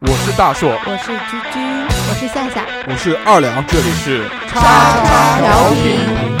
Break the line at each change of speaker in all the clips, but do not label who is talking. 我是大硕，
我是居居，我是夏夏，
我是二两，这里是叉
叉调频。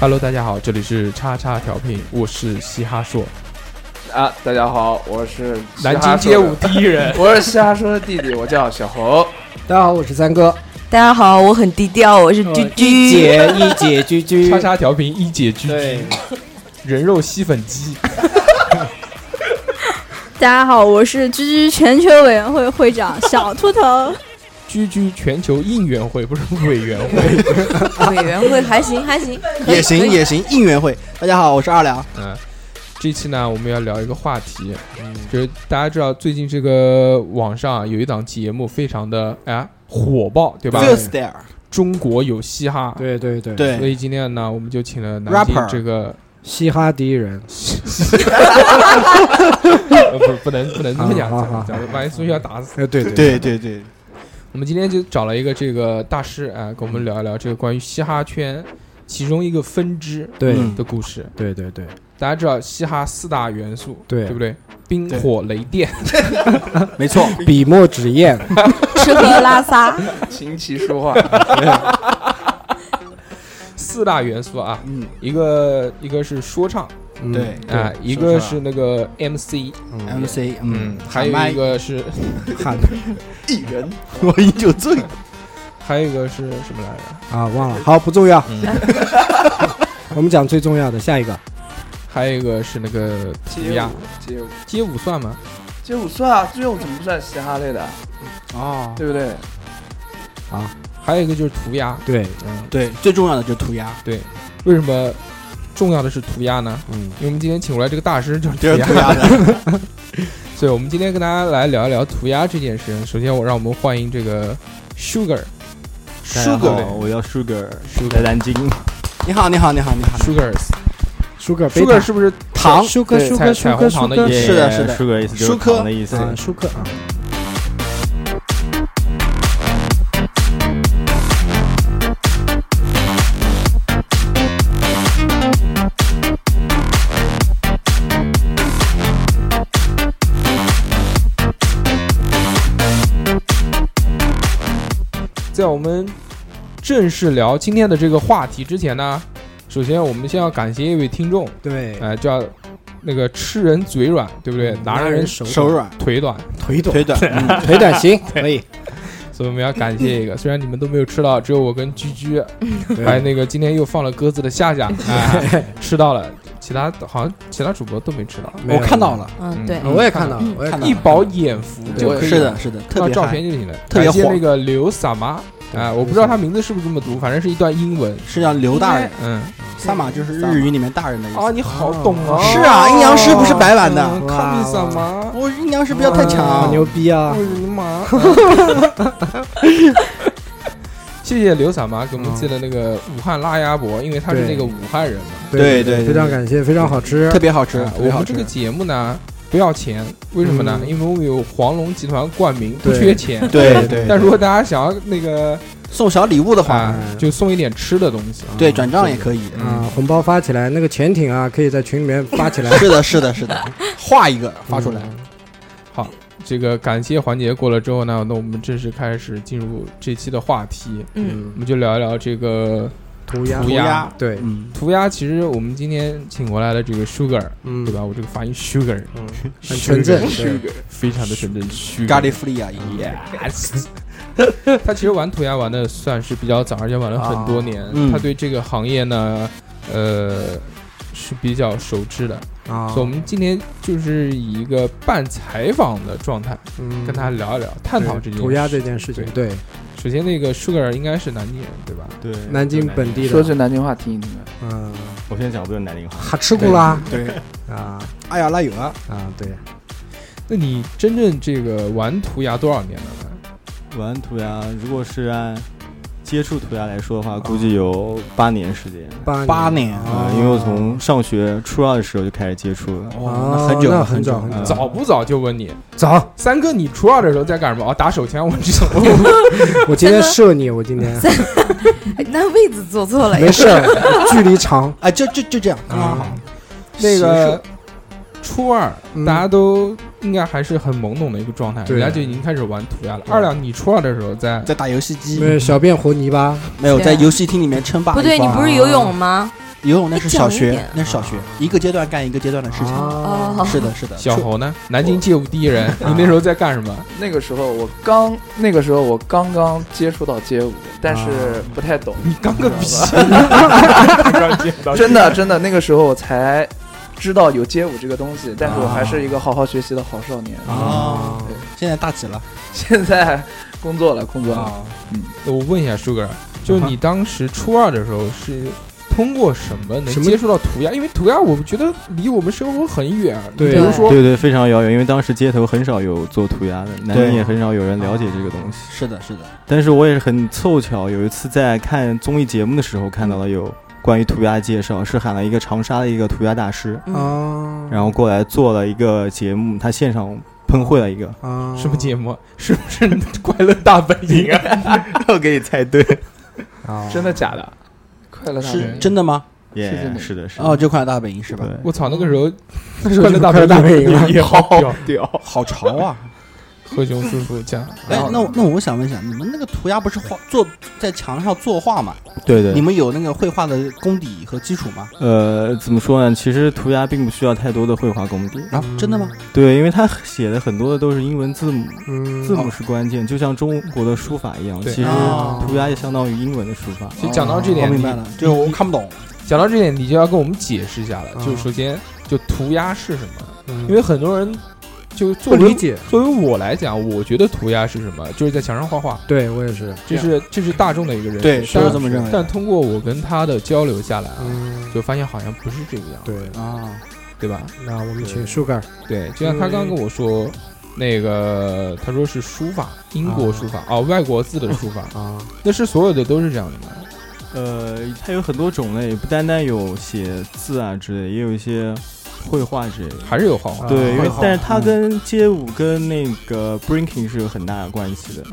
Hello，大家好，这里是叉叉调频，我是嘻哈硕，
啊，大家好，我是
南京街舞，第一
。
人
我是嘻哈说的弟弟，我叫小侯。
大家好，我是三哥，
大家好，我很低调，我是居
一
居。
姐一姐居居
叉，叉调频一姐居
对，
人肉吸粉机，
大家好，我是居居全球委员会会长小秃 头。
居居全球应援会不是委员 会，
委员会还行还行，可以
也行。也行，应援会。大家好，我是二两，
嗯。这期呢，我们要聊一个话题，
嗯
就是大家知道最近这个网上啊有一档节目非常的哎火爆，对吧
f i？l s t e r
中国有嘻哈，，
对对对，
所
对，
以今天呢，我们就请了南京
Rapper
这 个，
嘻哈第一人，
呃不不能不能这么讲，
好
啊
好好
讲讲万一苏要打死。
哎对对
对对对，
我们今天就找了一个这个大师啊，跟我们聊一聊这个关于嘻哈圈其中一个分支
对
嗯
的故事。
对对对，
大家知道嘻哈四大元素，
对
对不对？冰火雷电，
没错，
笔墨纸砚，
吃喝拉撒，
琴棋书画，
四大元素啊，
嗯，
一个一个是说唱
嗯
对
啊，一个是那个 MC，
嗯
，MC，嗯，
还有一个是
汉
艺人，我饮酒醉，
还有一个是什么来着？
啊忘了，好不重要， 我们讲最重要的下一个，
还有一个是那个涂
街
鸦
舞，，街舞，
街舞算吗？
街舞算啊，街舞怎么不算嘻哈类的啊？
哦，
对不对？
还有一个就是涂鸦，
对，
嗯，
对，最重要的就是涂鸦，
为什么重要的是涂鸦呢？
嗯
因为我们今天请过来这个大师就是
就是
涂鸦
涂，鸦的，
所以我们今天跟大家来聊一聊涂鸦这件事情。首先，我让我们欢迎这个 Sugar。Sugar
我叫 Sugar，
Sugar
在南京。
你好，你好，你好，你好，
Sugars
舒克贝
Sugar 是不是
糖
舒克
对
舒
彩彩
克舒
虹
克
糖
舒
的
克
意
是的是的
，Sugar 意思就是
舒嗯克
糖的意思。
啊舒克啊，
在我们正式聊今天的这个话题之前呢，首先我们先要感谢一位听众，
对，
哎、叫那个吃人嘴软，对不对？
嗯
拿人
手
手软，
腿短，
腿短
腿短，嗯
腿短行可以，
所以我们要感谢 一个。虽然你们都没有吃到，只有我跟居居，
哎
还有
对
那个今天又放了鸽子的夏 夏，哎，吃到了，其他好像其他主播都没吃到，
没有啊
我看到了，
嗯，对，
我也看到了，我也看到
一
了，
饱眼福就可以
是的，是的，
看
特
到
别
照
嗨
片就行了。
特别
感谢
晃
那个刘萨妈，哎，我不知道他名字是不是这么读，反正是一段英文，
是叫刘大人，
嗯。
萨满就是日语里面大人的意
啊，
思，
你好懂啊！
是啊，阴阳师不是白玩的，
嗯看你什么？
我阴阳师不要太
啊
强，
牛逼啊
我，的妈！ 谢谢刘傻妈给我们寄了那个武汉辣鸭脖，因为他是那个武汉人嘛。
对
对
对
非常感谢，非常好吃
特，别好吃，
啊
特
我
别好
们
吃
这 个节目呢不要钱，为什么呢？
嗯
因为我们有黄龙集团冠名，不
对
缺钱。
对对，
但如果大家想要那个
送小礼物的话，
啊，就送一点吃的东西。嗯
对转账也可以。
啊，红包发起来，那个潜艇啊，可以在群里面
，
发起来
是的，是的，是的，画一个发出来。
嗯好，这个感谢环节过了之后呢，那我们正式开始进入这期的话题。
嗯，
我们就聊一聊这个
涂鸦
涂，鸦，
对，
嗯，
涂鸦其实我们今天请过来的这个 Sugar，
嗯，
对吧？？我这个发音 Sugar
嗯，很纯正，对，
非常的纯正，Sugar
嗯咖喱弗利亚一夜，
Yes，他其实玩涂鸦玩的算是比较早，而且玩了很多年。
啊
嗯
他对这个行业呢，呃，是比较熟知的。
啊，
所以，我们今天就是以一个半采访的状态
嗯
跟他聊一聊，探讨这件
对
事
涂鸦这件事情，
对
对，
首先，那个 Sugar 应该是南京人，对吧？
对，
南京本地
说
的，
句南京话听啊一听吧。
嗯，
我现在讲不就是南宁话，
哈吃过啦，
对，
啊
哎呀，拉有啊，
啊，对，
那你真正这个玩涂鸦多少年了呢？
玩涂鸦，如果是按接触涂鸦来说的话，估计有八年时间。
八
八年
啊，因为我从上学初二的时候就开始接触了，
哦，
嗯那很久
那
了
很久
很久
很
了
久，
早不早就问你，
早，
三哥，你初二的时候在干什么？哦，打手枪，我哦知道。
我今天射你，我今天
哎那位子坐错了呀
没，事儿，距离长
哎，就就就这样，刚刚好
啊，，
那个初二，
嗯
大家都应该还是很懵懂的一个状态，
对嗯
人家就已经开始玩涂鸦了。二两，你初二的时候在
在打游戏机，
对，小便和泥巴，
没有
对啊
在游戏厅里面称霸一
不
方。
对，你不是游泳吗？
游泳那是小
你讲一
学
点，啊
那是小学，一个阶段干一个阶段的事情。
啊，
哦
是的，是的，
小
初
猴呢，南京街舞第一人，你那时候在干什 么？
那个时候我刚，那个时候我刚刚接触到街舞，但
啊
是不太懂，
你刚个逼！
真的真的，那个时候我才知道有街舞这个东西，但是我还是一个好好学习的好少年。
啊
哦，现在大几了？
现在工作了，工作了，
啊
嗯，
我问一下舒哥，就是你当时初二的时候是通过什么能
什么
接触到涂鸦？因为涂鸦我觉得离我们生活很远，
对
比如说
对对，非常遥远，因为当时街头很少有做涂鸦的，南
对啊
宁也很少有人了解这个东西。
是的，是的，
但是我也是很凑巧，有一次在看综艺节目的时候看到了有关于涂鸦的介绍，是喊了一个长沙的一个涂鸦大师，
嗯
啊，
然后过来做了一个节目，他现场喷绘了一个，
啊，
什么节目，是不是快乐大本营啊？
我给你猜对，
啊？
真的假的？快乐大
是
本营
真的吗？
耶、
真的
是的，是的，
哦，就快乐大本营是吧？
对，
我操，那个时候
那时候
快
就
乐
快
大
乐大本营了，
也好屌，
屌，
好潮啊！
何炅叔叔
哦
讲，
哎
然后，
那我那我想问一下，你们那个涂鸦不是画做在墙上作画吗？
对对
你。们有那个绘画的功底和基础吗？
呃，怎么说呢？其实涂鸦并不需要太多的绘画功底，
啊，真的吗？
对，因为他写的很多的都是英文字母，
嗯，
字母是关键，就像中国的书法一样，
对
其实
啊
哦
涂鸦就相当于英文的书法。
就讲到这
我
点，
哦
明
你
白了，就是我看不懂。
讲到这点，你就要跟我们解释一下了。
嗯
就首先，就涂鸦是什么？
嗯，
因为很多人就作
不
为
理解，
作为我来讲，我觉得涂鸦是什么？就是在墙上画画，
对啊我也是，
这是这是大众的一个认识。
对，是我
但
这么认为的。
但通过我跟他的交流下来啊，
嗯，
就发现好像不是这个样，
对，
啊，
对吧？
那我们请 Sugar，
对，就像他刚刚跟我说。那个，他说是书法，英国书法哦，外国字的书法，
啊，
那是所有的都是这样的吗？
呃，它有很多种类，不单单有写字啊之类，也有一些绘画之类的。啊
还是有画画？
对，因为
绘画
但是它跟街舞跟那个 breaking 是有很大的关系的，
嗯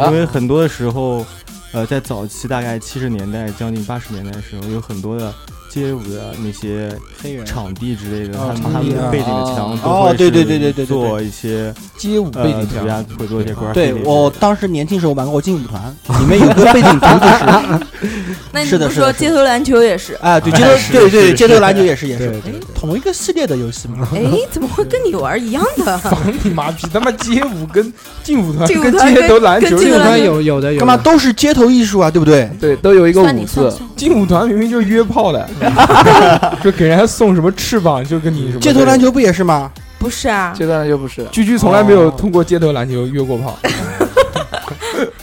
啊
因为很多的时候，呃，在早期大概七十年代将近八十年代的时候，有很多的街舞的那些
黑人
场地之类的，
哦
他们他
场
们
地啊
的背景的墙都
哦
会
对对
是
对对对对
做一些
街舞背
呃
景
涂鸦
下，，
会做一
对
些 graffiti 之
呃对
类的。
我当时年轻时候玩过劲舞 团，里面有个背景图 就是，
那你
是的
不
是的
说
是的
街头篮球 也是？
哎，对，街头对对街头篮球也是也
对
是
对对，
同一个系列的游戏嘛。
哎，怎么会跟你玩一样的？
防你妈逼！他妈街舞跟劲舞团
劲舞
跟
团
街头篮
跟
球
这
这
劲个舞
个
团
呢有有的有
干
的，
嘛都是街头艺术啊，对不对？
对，都有一个
算
舞
你算
字，
算，
劲舞团明明就是约炮的， 就给人家送什么翅膀，就跟你什么
街头篮。球不也是吗？
不是啊？
阶段又不是。
居居从来没有通过街头篮球约过炮。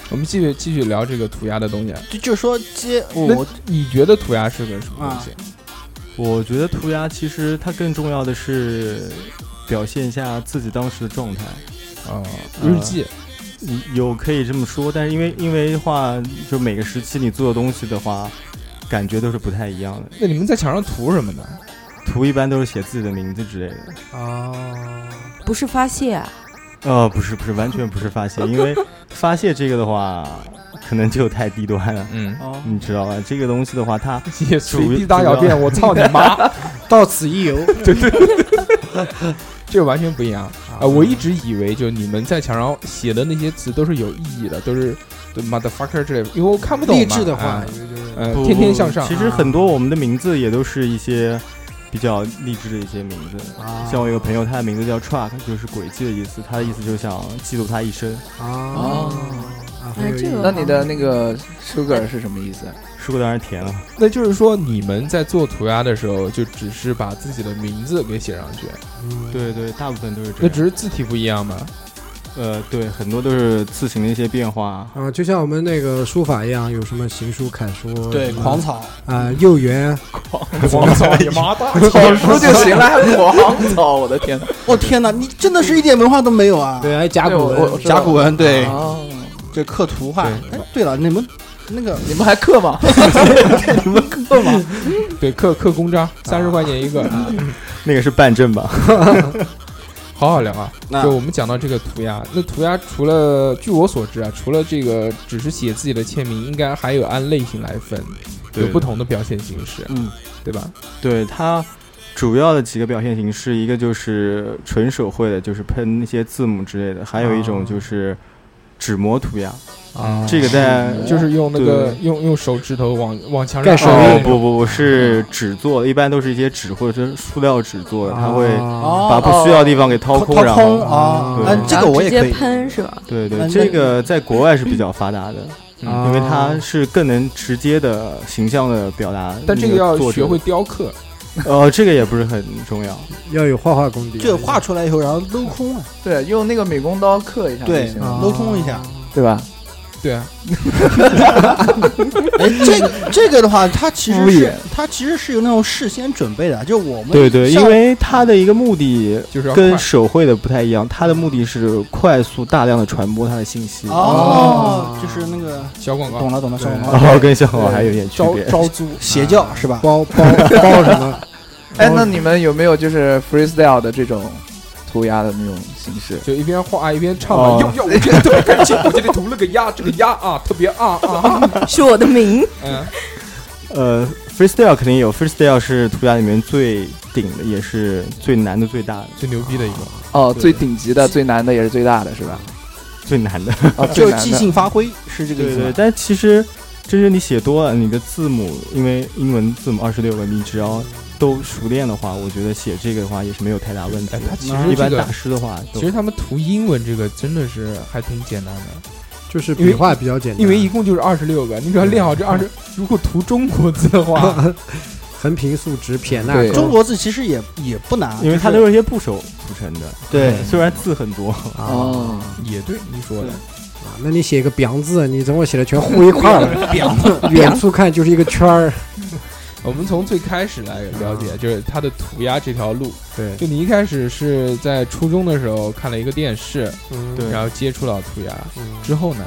我们继续继续聊这个涂鸦的东西。
就就说街
那
我
你觉得涂鸦是个什么东西？
我觉得涂鸦其实它更重要的是表现一下自己当时的状态，
啊，
嗯
日记
你有可以这么说，但是因为因为的话，就每个时期你做的东西的话，感觉都是不太一样的。
那你们在墙上涂什么呢？
图一般都是写自己的名字之类的。
啊，
不是发泄啊？
呃，不是不是，完全不是发泄， 因为发泄这个的话，可能就太低端了，
嗯，
哦，
你知道吧？这个东西的话，它
也随地大小 便，我操你妈！
到此一游，
这完全不一样啊！我一直以为就你们在墙上写的那些词都是有意义的，都是对 motherfucker 之类的，因为我看不懂嘛。
励志的
啊
话，就是
呃，
不
天天向上
其实很多我们的名字也都是一些比较励志的一些名字。
啊
像我有个朋友，他的名字叫 Truck，就是轨迹的意思。他的意思就是想记录他一生。
啊
啊
哎这个
哦那你的那个 sugar 是什么意思？啊
水果当然甜了，
那就是说，你们在做涂鸦的时候，就只是把自己的名字给写上去，
嗯
对对，大部分都是这
那
样。
只是字体不一样嘛。
呃，对，很多都是字形的一些变化。
啊，就像我们那个书法一样，有什么行书、楷书，
对，
什么
狂草，
啊，幼园 啊
黄草野麻大，
草书就行了，还狂草，我的天！
我、天哪，你真的是一点文化都没有啊！
对，还有甲
对
骨
我我
文
我，知道
甲骨文，对，
哦，
这刻图画。
对
哎，对了，你们那个
你们还刻吗？
你们刻吗？
对，刻刻公章，三十块钱一 个，
那个是半正吧？
好好聊啊。
那
就我们讲到这个涂鸦，那涂鸦除了据我所知啊，除了这个只是写自己的签名，应该还有按类型来分，有不。同的表现形式，
嗯，
对吧？
对它主要的几个表现形式，一个就是纯手绘的，就是喷一些字母之类的；还有一种就是纸模涂鸦，
啊
这个在
哦
就是用那个
对
用用手指头往往墙上
盖手
按
哦不不不是纸做的，一般都是一些纸或者是塑料纸做的，它
哦
会
啊
把不需要的地方给掏
掏
空，然
空
后嗯
啊！
对
哎，这个我也
直
可
接
以。
喷是 吧？
对
那
对，这个在国外是比较发达的，
嗯
因为它是更能直接的形象的表达。
但这个要
作者
学会，雕刻，
呃，这个也不是很重要。
要有画画功底，
这画出来以后，然后镂空 啊，
对，用那个美工刀刻一下就
对，
啊
行了，
镂空一下。
对吧？
对啊，
哎，这个这个的话，它其实
敷
是
衍
它其实是有那种事先准备的，就我们
对对，
像
因为它的一个目的
就是要快
跟手绘的不太一样，它的目的是快速大量的传播它的信息。
哦，就是那个
小广告
嗯
懂。了懂了，小广
然
告
后跟小广还有点区
招
别。嗯
招租邪教是吧？
包包包什么？
哎，那你们有没有就是 freestyle 的这种涂鸦的那种形式？
就一边画一边唱
哦
嘛，要要我觉得 特别开心，我今天涂了个鸭，这个鸭啊特别啊啊， 啊
是我的名，
嗯，
呃，freestyle 肯定有，freestyle 是涂鸦里面最顶的，也是最难的、最大的、
最牛逼的一个，
哦，
对
最顶级的、最难的也是最大的，是吧？
最难的。
哦，最
就
难
即
的。
兴发挥是这个意
对
思
对，
吗。
但其实真是你写多了，你的字母，因为英文字母二十六个，你只要都熟练的话，我觉得写这个的话也是没有太大问题
哎
的。，
他其
一
实这
般
个
大。师的话，
其实他们涂英文这个真的是还挺简单的，
就是笔画比较简单，
因为一共就是二十六
嗯
个，你只要练好这二十，如果涂中国字的 话，
横平竖直撇捺
对
钩，
中国字其实也也不难，
因为它
就是
都是一些部首组成的，
对
虽然字很多，
啊，
哦，
也对你说的，
啊那你写个“表”字，你等我写的 全糊一块儿了，远处看就是一个圈儿，
我们从最开始来了解，就是他的涂鸦这条路。
嗯对
就你一开始是在初中的时候看了一个电视，
对
然后接触到涂鸦，之后呢，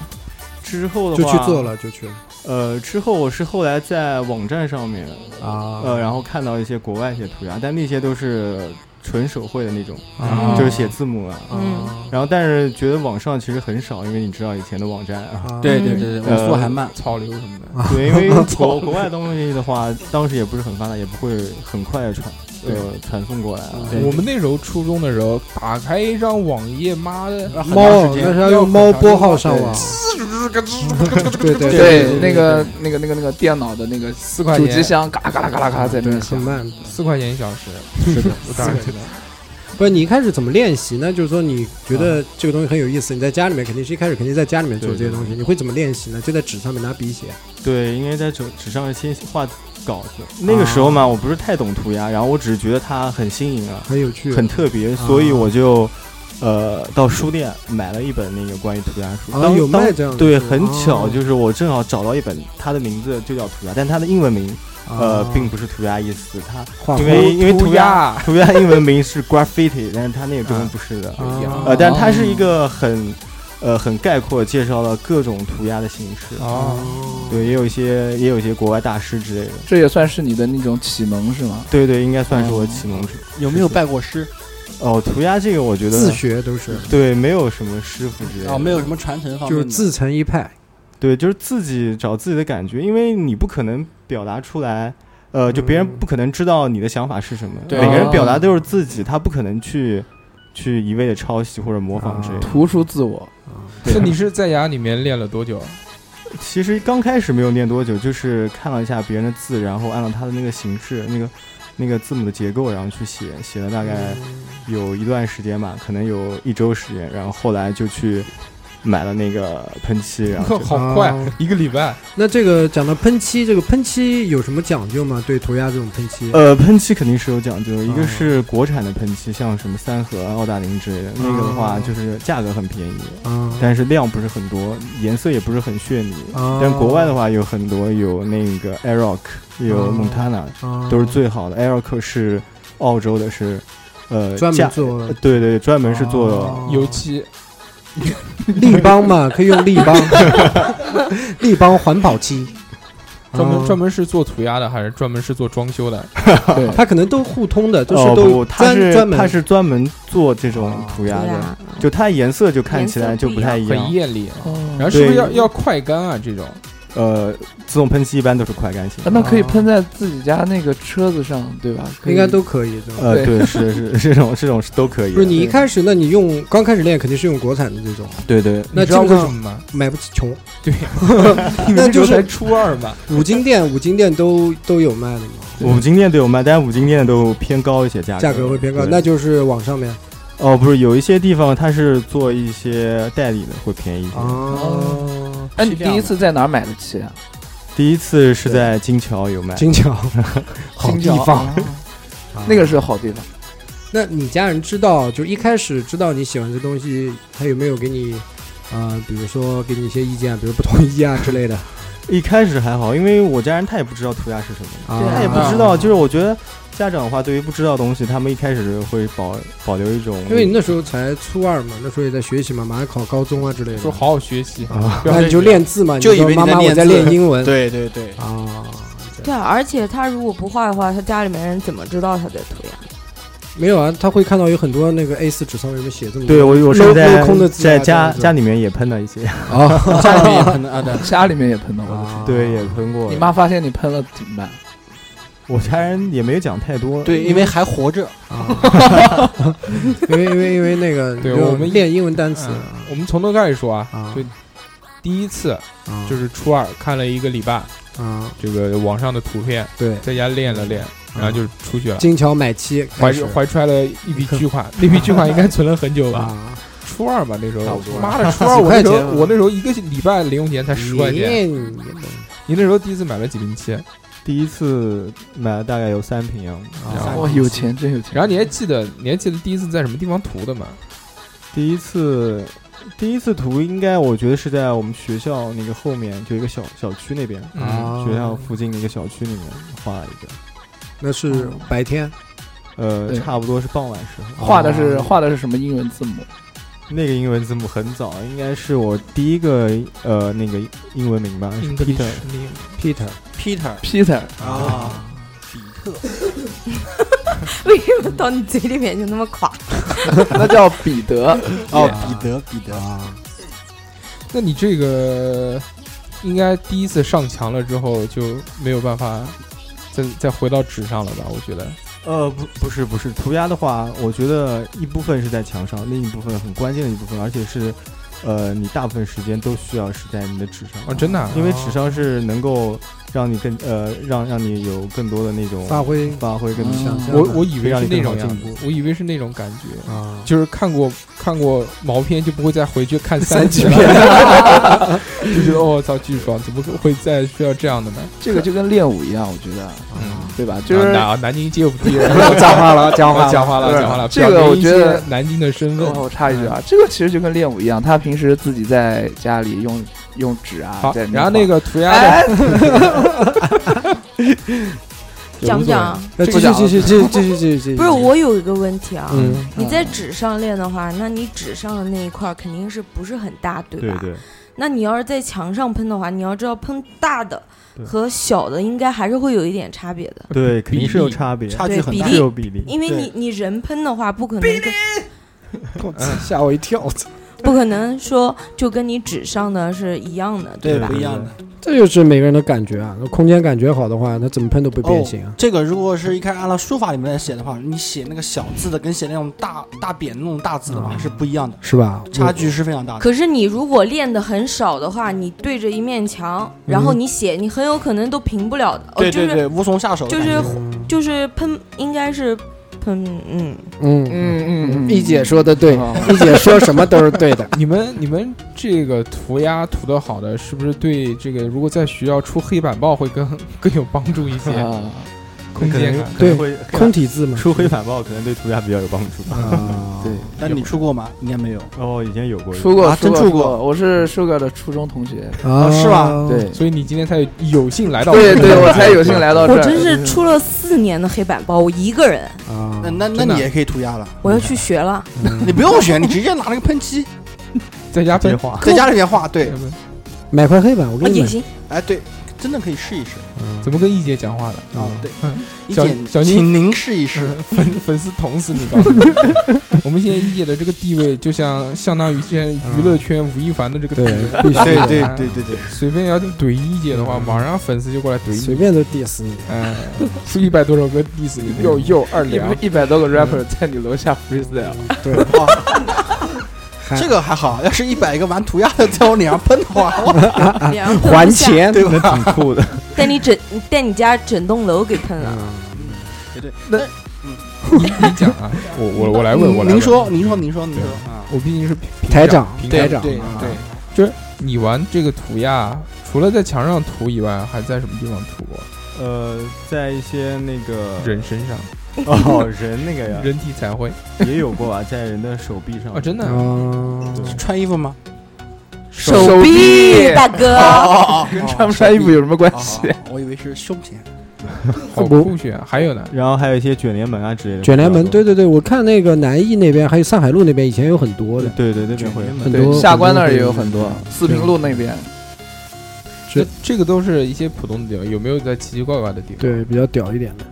之后
嗯就去做。了，就去了
呃，之后我是后来在网站上面，
啊
呃，然后看到一些国外一些涂鸦，但那些都是纯手绘的那种，
啊
就是写字母啊。
哦
嗯
然后，但是觉得网上其实很少，因为你知道以前的网站啊，
嗯
啊
对对对对，网嗯速还慢。
草流什么的，
对，因为 国国外的东西的话，当时也不是很发达，也不会很快的传呃传送过来
嗯
啊。
对
我们那时候初中的时候，打开一张网页，妈的，
然后很长
猫
时
那
间
是要用猫拨号上 网，对对
对，那个那个那个那个电脑的那个
四块
主机
钱，
箱嘎啦嘎啦嘎啦嘎啦在那
对
边
嗯很
响。
慢。
四块钱一小时，是 的，我当然记得。
不是你一开始怎么练习呢？就是说你觉得这个东西很有意思，你在家里面肯定是一开始肯定在家里面做这些东
嗯
西，你会怎么练习呢？就在纸上面拿笔写，
对，因为在纸纸上先画稿子，那
啊
个时候嘛，我不是太懂涂鸦，然后我只是觉得它很新颖啊，
很有趣，
很特别，所
啊
以我就呃到书店买了一本那个关于涂鸦书。
啊
当
有
当
卖这样的
对，
书
很巧，
哦
就是我正好找到一本，它的名字就叫涂鸦，但它的英文名呃
啊
并不是涂鸦意思，它
画
因为因为
涂
涂
鸦
鸦涂鸦英文名是 graffiti，但是它那个根本不是的，
啊
呃，但它是一个很呃很概括介绍了各种涂鸦的形式，
啊
哦，
对，也有一些也有一些国外大师之类的，
这也算是你的那种启蒙是吗？
对对，应该算是我启蒙之
有没有拜过师
哦，涂鸦这个我觉
自
得
学都是，
对，没有什么师傅之类的，
啊？没有什么传承方
就
面
是
的，
自成一派。
对，就是自己找自己的感觉，因为你不可能表达出来，呃，就别人
嗯
不可能知道你的想法是什么，
对
每个人表达都是自己，他不可能去去一味的抄袭或者模仿之类的。
突出自我，
那你是在家里面练了多久？啊
其实刚开始没有念多久，就是看了一下别人的字，然后按照他的那个形制、那个那个字母的结构，然后去写，写了大概有一段时间吧，可能有一周时间，然后后来就去买了那个喷漆，然后 就
好快
哦，
一个礼拜。
那这个讲到喷漆，这个喷漆有什么讲究吗？对涂鸦这种喷漆，
呃，喷漆肯定是有讲究，一
嗯
个是国产的喷漆，像什么三啊河、澳大宁之类的，那个的话
哦
就是价格很便宜，
啊，
但是量不是很多，颜色也不是很绚丽。
哦
但国外的话有很多，有那个 Aeroc，有
哦
Montana，
啊
都是最好的。Aeroc 是澳洲的，是呃
专
价
门做
呃对对，专门是做
哦
油漆
立邦 嘛，可以用立邦，立邦环保漆，
专门
哦
专门是做涂鸦的，还是专门是做装修的？
对，
它可能都互通的，都
哦
是
不，
都
它
专
是
专门哦
它是专门做这种涂
啊
鸦
对啊
的，
呀，
就它颜色就看
颜
起
色
来就
不
不
一
太
样
一
很
样。
艳丽。啊然后是不是要要快干啊？这种
呃，自动喷漆一般都是快干型的。
那可以喷在自己家那个车子上，对吧？可以
哦应该都可以，对吧？
呃，
对
对，是是 这种这种是都可以的。
不是你一开始，那你用刚开始练肯定是用国产的这种，
对对，
那
你
基
知道
本
为
上
什么吗？
买不起穷。
对，你
那
们
就
时候 才
是
初二嘛，
五金店，五金店都都有卖的嘛，
五金店都有卖，但是五金店都偏高一些，价格
价格会偏高，
对
那就是网上面
哦，不是有一些地方它是做一些代理的，会便宜一些。
哦，
哎，你第一次在哪儿买得起啊？
第一次是在金桥有卖，
金桥，好
新
地
疆
方，
啊 那个是好地方。
那你家人知道，就一开始知道你喜欢这东西，他有没有给你，呃，比如说给你一些意见，比如不同意啊之类 的？
一开始还好，因为我家人他也不知道涂鸦是什么，
啊，
他也不知道。就是我觉得家长的话，对于不知道的东西，他们一开始会保保留一种，
因为你那时候才初二嘛，那时候也在学习嘛，马上考高中啊之类的。
说好好学习，
啊，
不要
那你就
练
练字嘛，
就以
你说
为你
妈
在
妈我
练
在
字
练英文。
对对对，
啊，
对啊，而且他如果不画的话，他家里面人怎么知道他在涂 鸦？
没有啊，他会看到有很多那个 A 4纸上面有没有写这么多
对我我
镂
是在
镂空的字啊
在
这
家
样子
家里面也喷了一些，
啊，
家里面也喷的啊，对，
家里面也喷的，我的天！
啊
对，也喷过。
你妈发现你喷了怎么办？
我家人也没有讲太多，
对，因为还活着，
啊， 因为因为因为那个，
对
就
我们
练英文单词
嗯我们从头开始说啊
啊，
就第一次
啊，
就是初二看了一个礼拜
啊，
这个网上的图片，
对，
在家练了练，
嗯
然后就出去了。
金桥买漆
怀
开始
怀揣了一笔巨款，那笔巨款应该存了很久吧？
啊，
初二吧，那时
差
候
不多，
妈的，初二我那
块
时候
钱啊
我那时候一个礼拜零用钱才十块钱。
耶你
你那时候第一次买了几瓶漆？
第一次买了大概有三瓶样子。
啊
哇，哦有钱真有钱！
然后你还记得你还记得第一次在什么地方涂的吗？
第一次，第一次涂应该我觉得是在我们学校那个后面，就一个小小区那边，
嗯，
啊，
学校附近的一个小区里面画了一个，
那是白天
呃，
对
差不多是傍晚时候。
画的是
哦
画的是什么英文字母？
那个英文字母很早，应该是我第一个呃那个英文名吧，是嗯 Peter。
Peter
Peter
Peter，
啊，比特，
为什么到你嘴里面就那么垮？
那叫彼 得。
哦，彼得，彼得，
啊，
那你这个应该第一次上墙了之后就没有办法再再回到纸上了吧？我觉得
呃，不，不是，不是，涂鸦的话，我觉得一部分是在墙上，另一部分很关键的一部分，而且是，呃，你大部分时间都需要是在你的纸上。
哦，真的啊
因为纸上是能够让你更呃让让你有更多的那种
发挥
发挥更
嗯
想象
我
的
我以为是那种样
让你更好进
子，我以为是那种感觉，
啊，
就是看过看过毛片就不会再回去看
三
级
级
了，
片
就觉得哦我操巨爽，怎么会再需要这样的呢？
这个就跟练舞一样，我觉得，
啊
嗯，
对
啊
吧？就是
南南京街舞第一人，
讲话了，讲
我讲话了，讲话了，
这个
表明
我
一
觉
些
得
南京的身份
哦，我插一句
嗯
啊，这个其实就跟练舞一样，他平时自己在家里用用纸啊
好，
在，
然后那
个
个涂鸦的
哎，
也无
讲啊
所谓
讲，
那继
不
续
讲了
继续继续继续继续继续，
不是我有一个问题啊，
嗯
你在纸上练的话，那你纸上的那一块儿肯定是不是很大，对
对
吧？
对，
那你要是在墙上喷的话，你要知道喷大的
对
和小的应该还是会有一点差别的，
对，肯定是有
比例
差别，
差距很
比
大
例
是，有比例。
因为你你人喷的话，不可能跟
吓我一跳，我操
不可能说就跟你纸上的是一样的，
对，
吧
不？一样的，
这就是每个人的感觉啊。那空间感觉好的话，那怎么喷都不变形啊。
哦这个如果是一开始按照书法里面来写的话，你写那个小字的跟写那种大大扁的那种大字的话
嗯
是不一样的，
是吧？
差距是非常大的。
可是你如果练的很少的话，你对着一面墙，然后你写，你很有可能都平不了的。哦，
嗯对
就
对
是
对，无从下手的
就
感觉。
是就是喷，应该是喷，嗯，
嗯嗯
嗯
一姐说的对，
啊
一姐说什么都是对的。
你们你们这个涂鸦涂的好的，是不是对这个如果在学校出黑板报会更更有帮助一些？
啊，
空间感
对
会
空体字嘛，
出黑板报可能对涂鸦比较有帮助吧。
啊，
对，
那你出过吗？应该没有。
哦，以前有过，
出过
啊，真
出
出过
我是舒哥的初中同学，
啊，
是吧
对
所以你今天才有幸来到
对
们
对，
这
我
儿
才有幸来
哦
到这
我
儿。
哦真是出了四年的黑板报，我一个人，
啊，
那那那
真的
你也可以涂鸦了，
我要去学了。啊
你不用选，你直接拿那个喷漆
在家
接
喷。
画。
在家里面 画。对，
对
买块黑板，我
啊，
给你
也
买嗯
行，
哎对，真的可以试一试
怎么跟易姐讲话的？
嗯
啊。
对，一
嗯小
点
小
请您试一试。
粉 粉丝捅死你！ 告诉你，我们现在易姐的这个地位，就像相当于现在娱乐圈吴亦凡的这个地位，
对，必须
对
的
对对对对，
随便要怼一姐的话，马上粉丝就过来怼
随
一。
便都 diss 你。
哎，出一百多首歌 diss 你， 又又二
你
两嗯
们，一百多个 rapper 在你楼下 freestyle，
对，
这个还好，要是一百个玩涂鸦的在我脸上喷的话，哇
啊
脸上喷
还
不下，
钱
对
那
吧？
挺酷的。
带你整带你家整栋楼给喷
嗯
了。
你你讲啊，我我我来问，我来问。
您说，您说，您说，您说
对
啊，
我毕竟是平
台长
平
台
台
长
长。
对
啊
对，
你玩这个涂鸦，除了在墙上涂以外，还在什么地方涂过？
呃，在一些那个
人身上，
哦人哦那个呀，
人体彩绘
也有过啊，在人的手臂上
啊，真的啊，
啊，
对
穿衣服吗？
手
臂，大
啊
哥，
哦哦，跟
穿不穿衣服有什么关系？
我以为是胸前。
好酷炫！啊还有呢，
然后还有一些卷帘门啊之类的。
卷帘门，
比较
对
多
对对，我看那个南艺那边还有上海路那边以前有很多的，
对对，那边会
卷帘
很
门
多嗯
对，下关那儿也有很多，四平路那边
这
这
这个都是一些普通的地方，有没有在奇奇怪怪的地方？
对比较屌一点的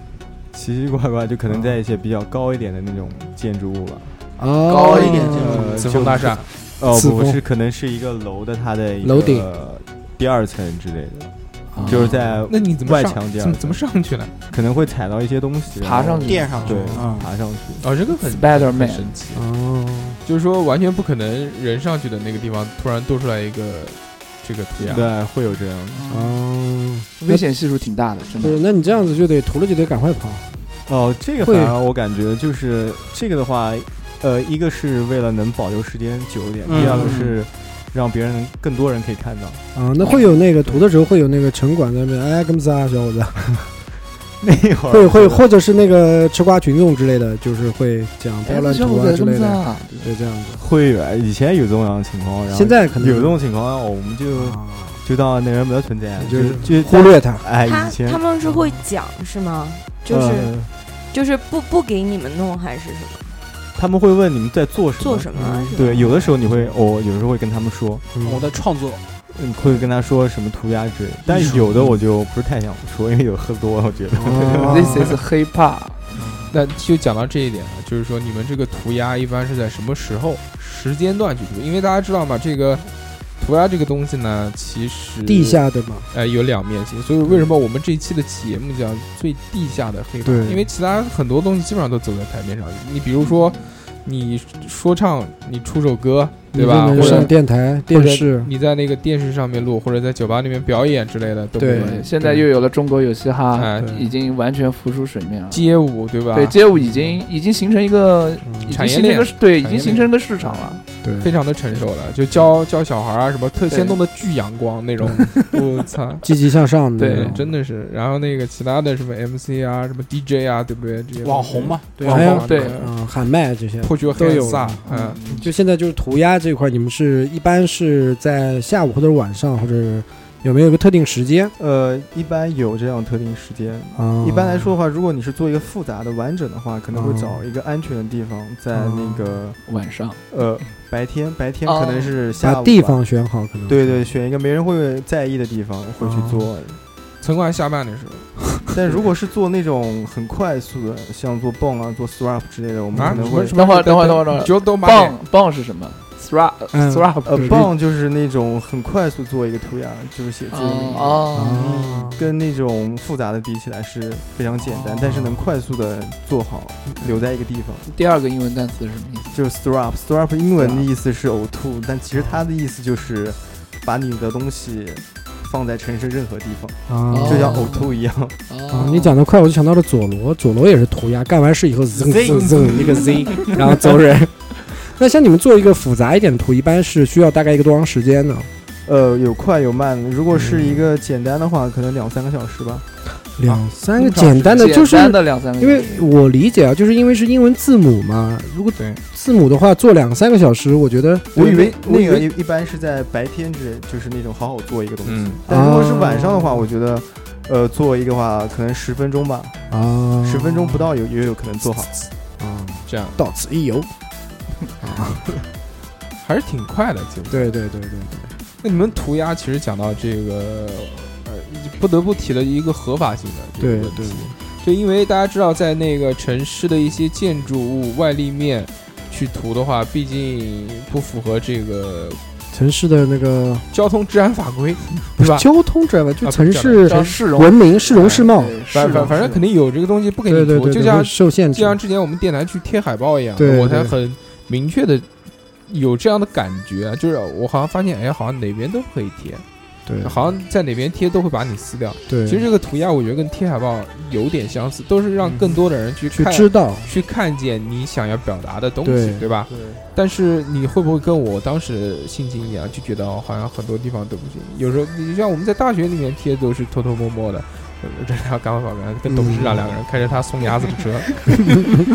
奇奇怪怪，就可
嗯
能在一些比较高一点的那种建筑物吧。
啊，
高一点这种
呃，
紫峰大厦，
哦
自
不
宫
是，可能是一个楼的它的一个
楼顶啊
第二层之类的，就是
啊
在
那你怎么
外
上？
墙这样
怎么怎么上去呢？
可能会踩到一些东西，
爬上
去，
去
垫上去，
对
嗯，
爬上去。
哦，这个很很
Spiderman
神奇，
哦，
就是说完全不可能人上去的那个地方，突然多出来一个这个
啊
涂鸦。
对，会有这样的。
哦，
危险系数挺大的，真
不
的。
是，那你这样子就得涂了就得赶快跑，
哦，这个
会
反而我感觉就是这个的话，呃，一个是为了能保留时间久一点，
嗯
第二个是让别人更多人可以看到。
啊，那会有那个涂的时候会有那个城管在那边，哎，么子啊，小伙子，
那会儿
会会或者是那个吃瓜群众之类的，就是会这样不要
哎
乱
小
涂
伙
啊
子
之
怎么
类
这
的，
样？
就这样子。
会有，以前有这种样的情况，然后
现在可能
有这种情况，我们就
啊
就当那人没有存在，
就
就是就
忽。略他，
哎，
他
以前
他们是会讲是吗？就是
呃
就是不不给你们弄还是什么？
他们会问你们在做什么，
做什么啊？是吧
对，有的时候你会，哦，有的时候会跟他们说，
我在创作，
嗯，会跟他说什么涂鸦之类的，但有的我就不是太想说，因为有的喝多了，我觉得。嗯
This is hip hop，
那就讲到这一点啊，就是说你们这个涂鸦一般是在什么时候、时间段去涂？因为大家知道嘛，这个涂鸦这个东西呢，其实
地下的嘛，
呃有两面性，所以为什么我们这一期的节目叫最地下的黑板？
对
因为其他很多东西基本上都走在台面上。你比如说，你说唱，你出首歌，对吧？或
你就能
者
上电台、
或
电
者
视，
你在那个电视上面录，或者在酒吧里面表演之类的都没
对
关系。
现在又有了中国有嘻哈，
哎，
对
已经完全浮出水面了。
街舞对吧？
对，街舞已经已经形成一个已经
产业
形成一个
链
对，已
产业
经形
链
成一个市场了。
非常的成熟了，就教教小孩啊什么特先弄的巨阳光那 种，我操，
积极向上的那
对
种，，
真的是。然后那个其他的什么 MC 啊，什么 DJ 啊，对不对？这些
网红嘛，
对
网
还
红
有
啊
对
嗯喊麦这些，
破局
都有
萨，嗯
嗯，就现在就是涂鸦这块，你们是一般是在下午或者晚上，或者有没有一个特定时间
呃，一般有这样特定时间。
啊？
一般来说的话，如果你是做一个复杂的、完整的话，可能会找一个安全的地方，在那个
晚上
呃白天，白天
哦
可能是下
把
午
啊地
吧
方选好，可能
对对，选一个没人会在意的地方会去做。
城管下班的时候
但如果哦是做那种很快速的，像做泵啊、做 swap 之类的，我们
啊，什
可能
么
会
什么？
等会儿等会儿等会儿等会儿
就都
棒棒是什么？ throb
嗯
throb
呃
对，
棒就是那种很快速做一个图样，就是写字的那种，
呃哦，
哦，
跟那种复杂的比起来是非常简单
哦，
但是能快速的做好，留在一个地方。
第二个英文单词是什么意思？
就是 strap strap 英文
啊
的意思是呕吐，但其实它的意思就是把你的东西放在城市任何地方，
啊
哦
就像呕吐一样。
啊！你讲的快，我就想到了佐罗，佐罗也是涂鸦，干完事以后 z
Zing
z z 一个 z，然后走 人。那像你们做一个复杂一点的图，一般是需要大概一个多长时间呢？
呃，有快有慢，如果是
嗯
一个简单的话，可能两三个小时吧。
两三个
通常是
简单的，就是
简单的两三个
因
小时，
为我理解啊，就是因为是英文字母嘛，如果
对
字母的话做两三个小时，我觉得
我以为
我
那
以
个
为
一一般是在白天之类，就是那种好好做一个东西。
嗯
但如果是晚上的
啊
话，我觉得，呃，做一个话可能十分钟吧，
啊，
嗯
十分钟不到有也有可能做好。
啊，
这样
到此一游。
还是挺快的，节目。
对对对对对，
那你们涂鸦其实讲到这个，呃，不得不提了一个合法性的这个
对
问
对
题，就因为大家知道，在那个城市的一些建筑物外立面去涂的话，毕竟不符合这个
城市的那个
交通治安法 规，
不
对
是
吧？
交通之类吧，就
啊
城
不是
市
叫市容
文明、市容、市貌，
对市
反
容
反反正肯定有这个东西不给你
哎对对
涂，
对，
就
对
像
会受限
就
制。
像之前我们电台去贴海报一样，
对
我才
对
很明确的有这样的感觉，啊就是我好像发现，哎，好像哪边都可以贴，
对
好像在哪边贴都会把你撕掉。
对，
其实这个涂鸦，我觉得跟贴海报有点相似，都是让更多的人去
嗯去
看、
知道，
去看见你想要表达的东西，
对
吧？
对，
但是你会不会跟我当时的心情一样，就觉得哦好像很多地方都不行？有时候你像我们在大学里面贴都是偷偷摸摸的， 呃这俩干完法官跟董事长两个人开着他送鸭子的车，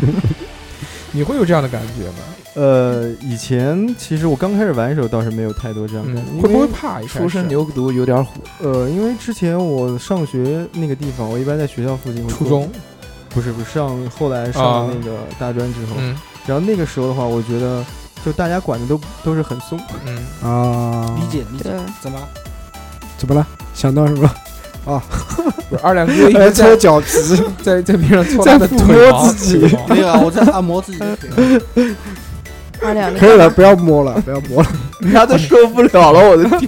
你会有这样的感觉吗？
呃，以前其实我刚开始玩的时候倒是没有太多这样的感觉，
嗯，
因
会不会
为
怕一开始？
初生牛犊有点虎，
嗯
呃，因为之前我上学那个地方，我一般在学校附近。
初中，，
不是不是上后来
啊
上那个大专之后，
嗯
然后那个时候的话，我觉得就大家管的都都是很松，
嗯，
啊，
理解理解，
对，
怎 么？
怎么了？想到什么？
不是二两哥一
来
直在
哎脚皮，
在在边上搓他
在
的
抚
腿
摸
毛
自
腿
己
毛
没有啊，我在按摩自己的腿。
二两，你
可以 了，不要摸了，不要摸了。
人家都受不了了，我的天！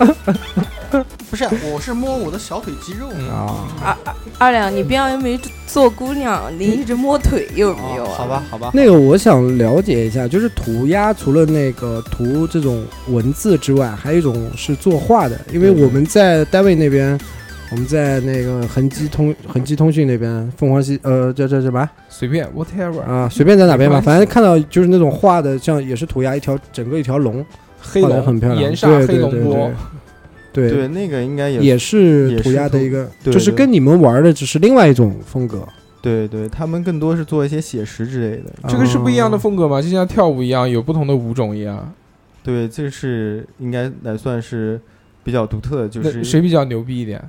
不是，啊我是摸我的小腿肌肉。
嗯
啊，
二两，你不要因为做姑娘，你一直摸腿有没有啊？
哦好吧，好吧。
那个我想了解一下，就是涂鸦除了那个涂这种文字之外，还有一种是作画的，因为
对对
我们在单位那边，我们在那个恒基通恒基通讯那边，凤凰西呃叫叫叫什么
随便 whatever，
啊？随便在哪边吧，
没关系
反正看到就是那种画的，像也是涂鸦一条整个一条龙，
黑
画的
龙
很漂亮，
岩沙
对
黑
对
龙波，
对对对
对，那个应该也
也是
也是
涂鸦的一个，
对
就是
对
跟你们玩的只是另外一种风格。
对对，他们更多是做一些写实之类的。
这个是不一样的
哦
风格嘛，就像跳舞一样，有不同的舞种一样。
对，这是应该来算是比较独特的，就
那
是
谁比较牛逼一点？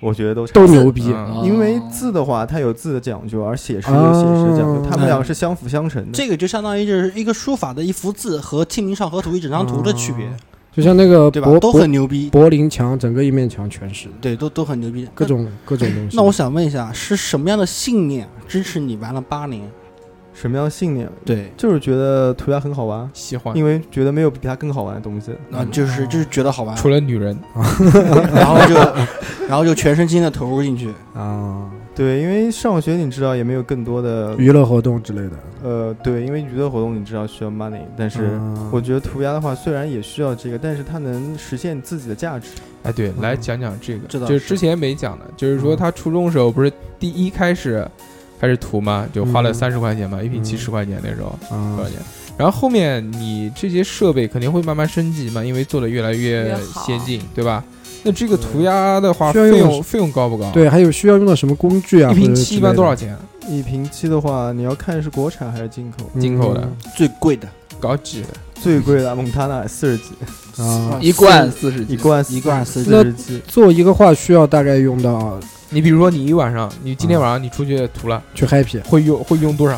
我觉得都差
都
不多
牛逼，
哦
嗯
因为字的话，它有字的讲究，而写实有写实的讲究，他们俩是相辅相成的。
哦这个就相当于就是一个书法的一幅字和《清明上河图》一整张图的区别，
就像那个
对吧
柏？
都
柏
很牛逼，
柏林墙，整个一面墙全是
对，都都很牛逼。
各种各种东西。
那我想问一下，是什么样的信念支持你玩了八年？
什么样的信念？
对，
就是觉得涂鸦很好玩，
喜欢，
嗯
因为觉得没有比它更好玩的东西。
啊，就是就是觉得好玩，
除了女人，
然后就然后就全身心的投入进去。
啊，
对，因为上学你知道也没有更多的
嗯
娱乐活动之类的，
呃，对，因为娱乐活动你知道需要 money，但
嗯
是
啊
我觉得涂鸦的话虽然也需要这个，但是它能实现自己的价值。
哎，对，
嗯
来讲讲这个，
这倒
就是
是
之前没讲的，就是说
嗯
他初中的时候不是第一开始开始涂嘛，就花了
嗯
三十块钱嘛，一瓶
嗯
七十块钱那时候，多
啊
少钱？然后后面你这些设备肯定会慢慢升级嘛，因为做的越来越
越好
先进，对吧？那这个
对
涂鸦的话，
需要用
费用费用高不高？，
对，还有需要用到什么工具啊？
一
或
瓶
者
漆一般
之类的
多少？钱？
一瓶漆的话，你要看是国产还是进口，
嗯
进口的
最贵的
搞几的？
最贵的蒙塔纳四十几，
啊。
一罐四十几，
一罐
一罐
四
四
十
十几，
做一个画需要大概用到嗯
你比如说你一晚上，你今天晚上你出去涂了，
去 happy 啊
会用会用多少？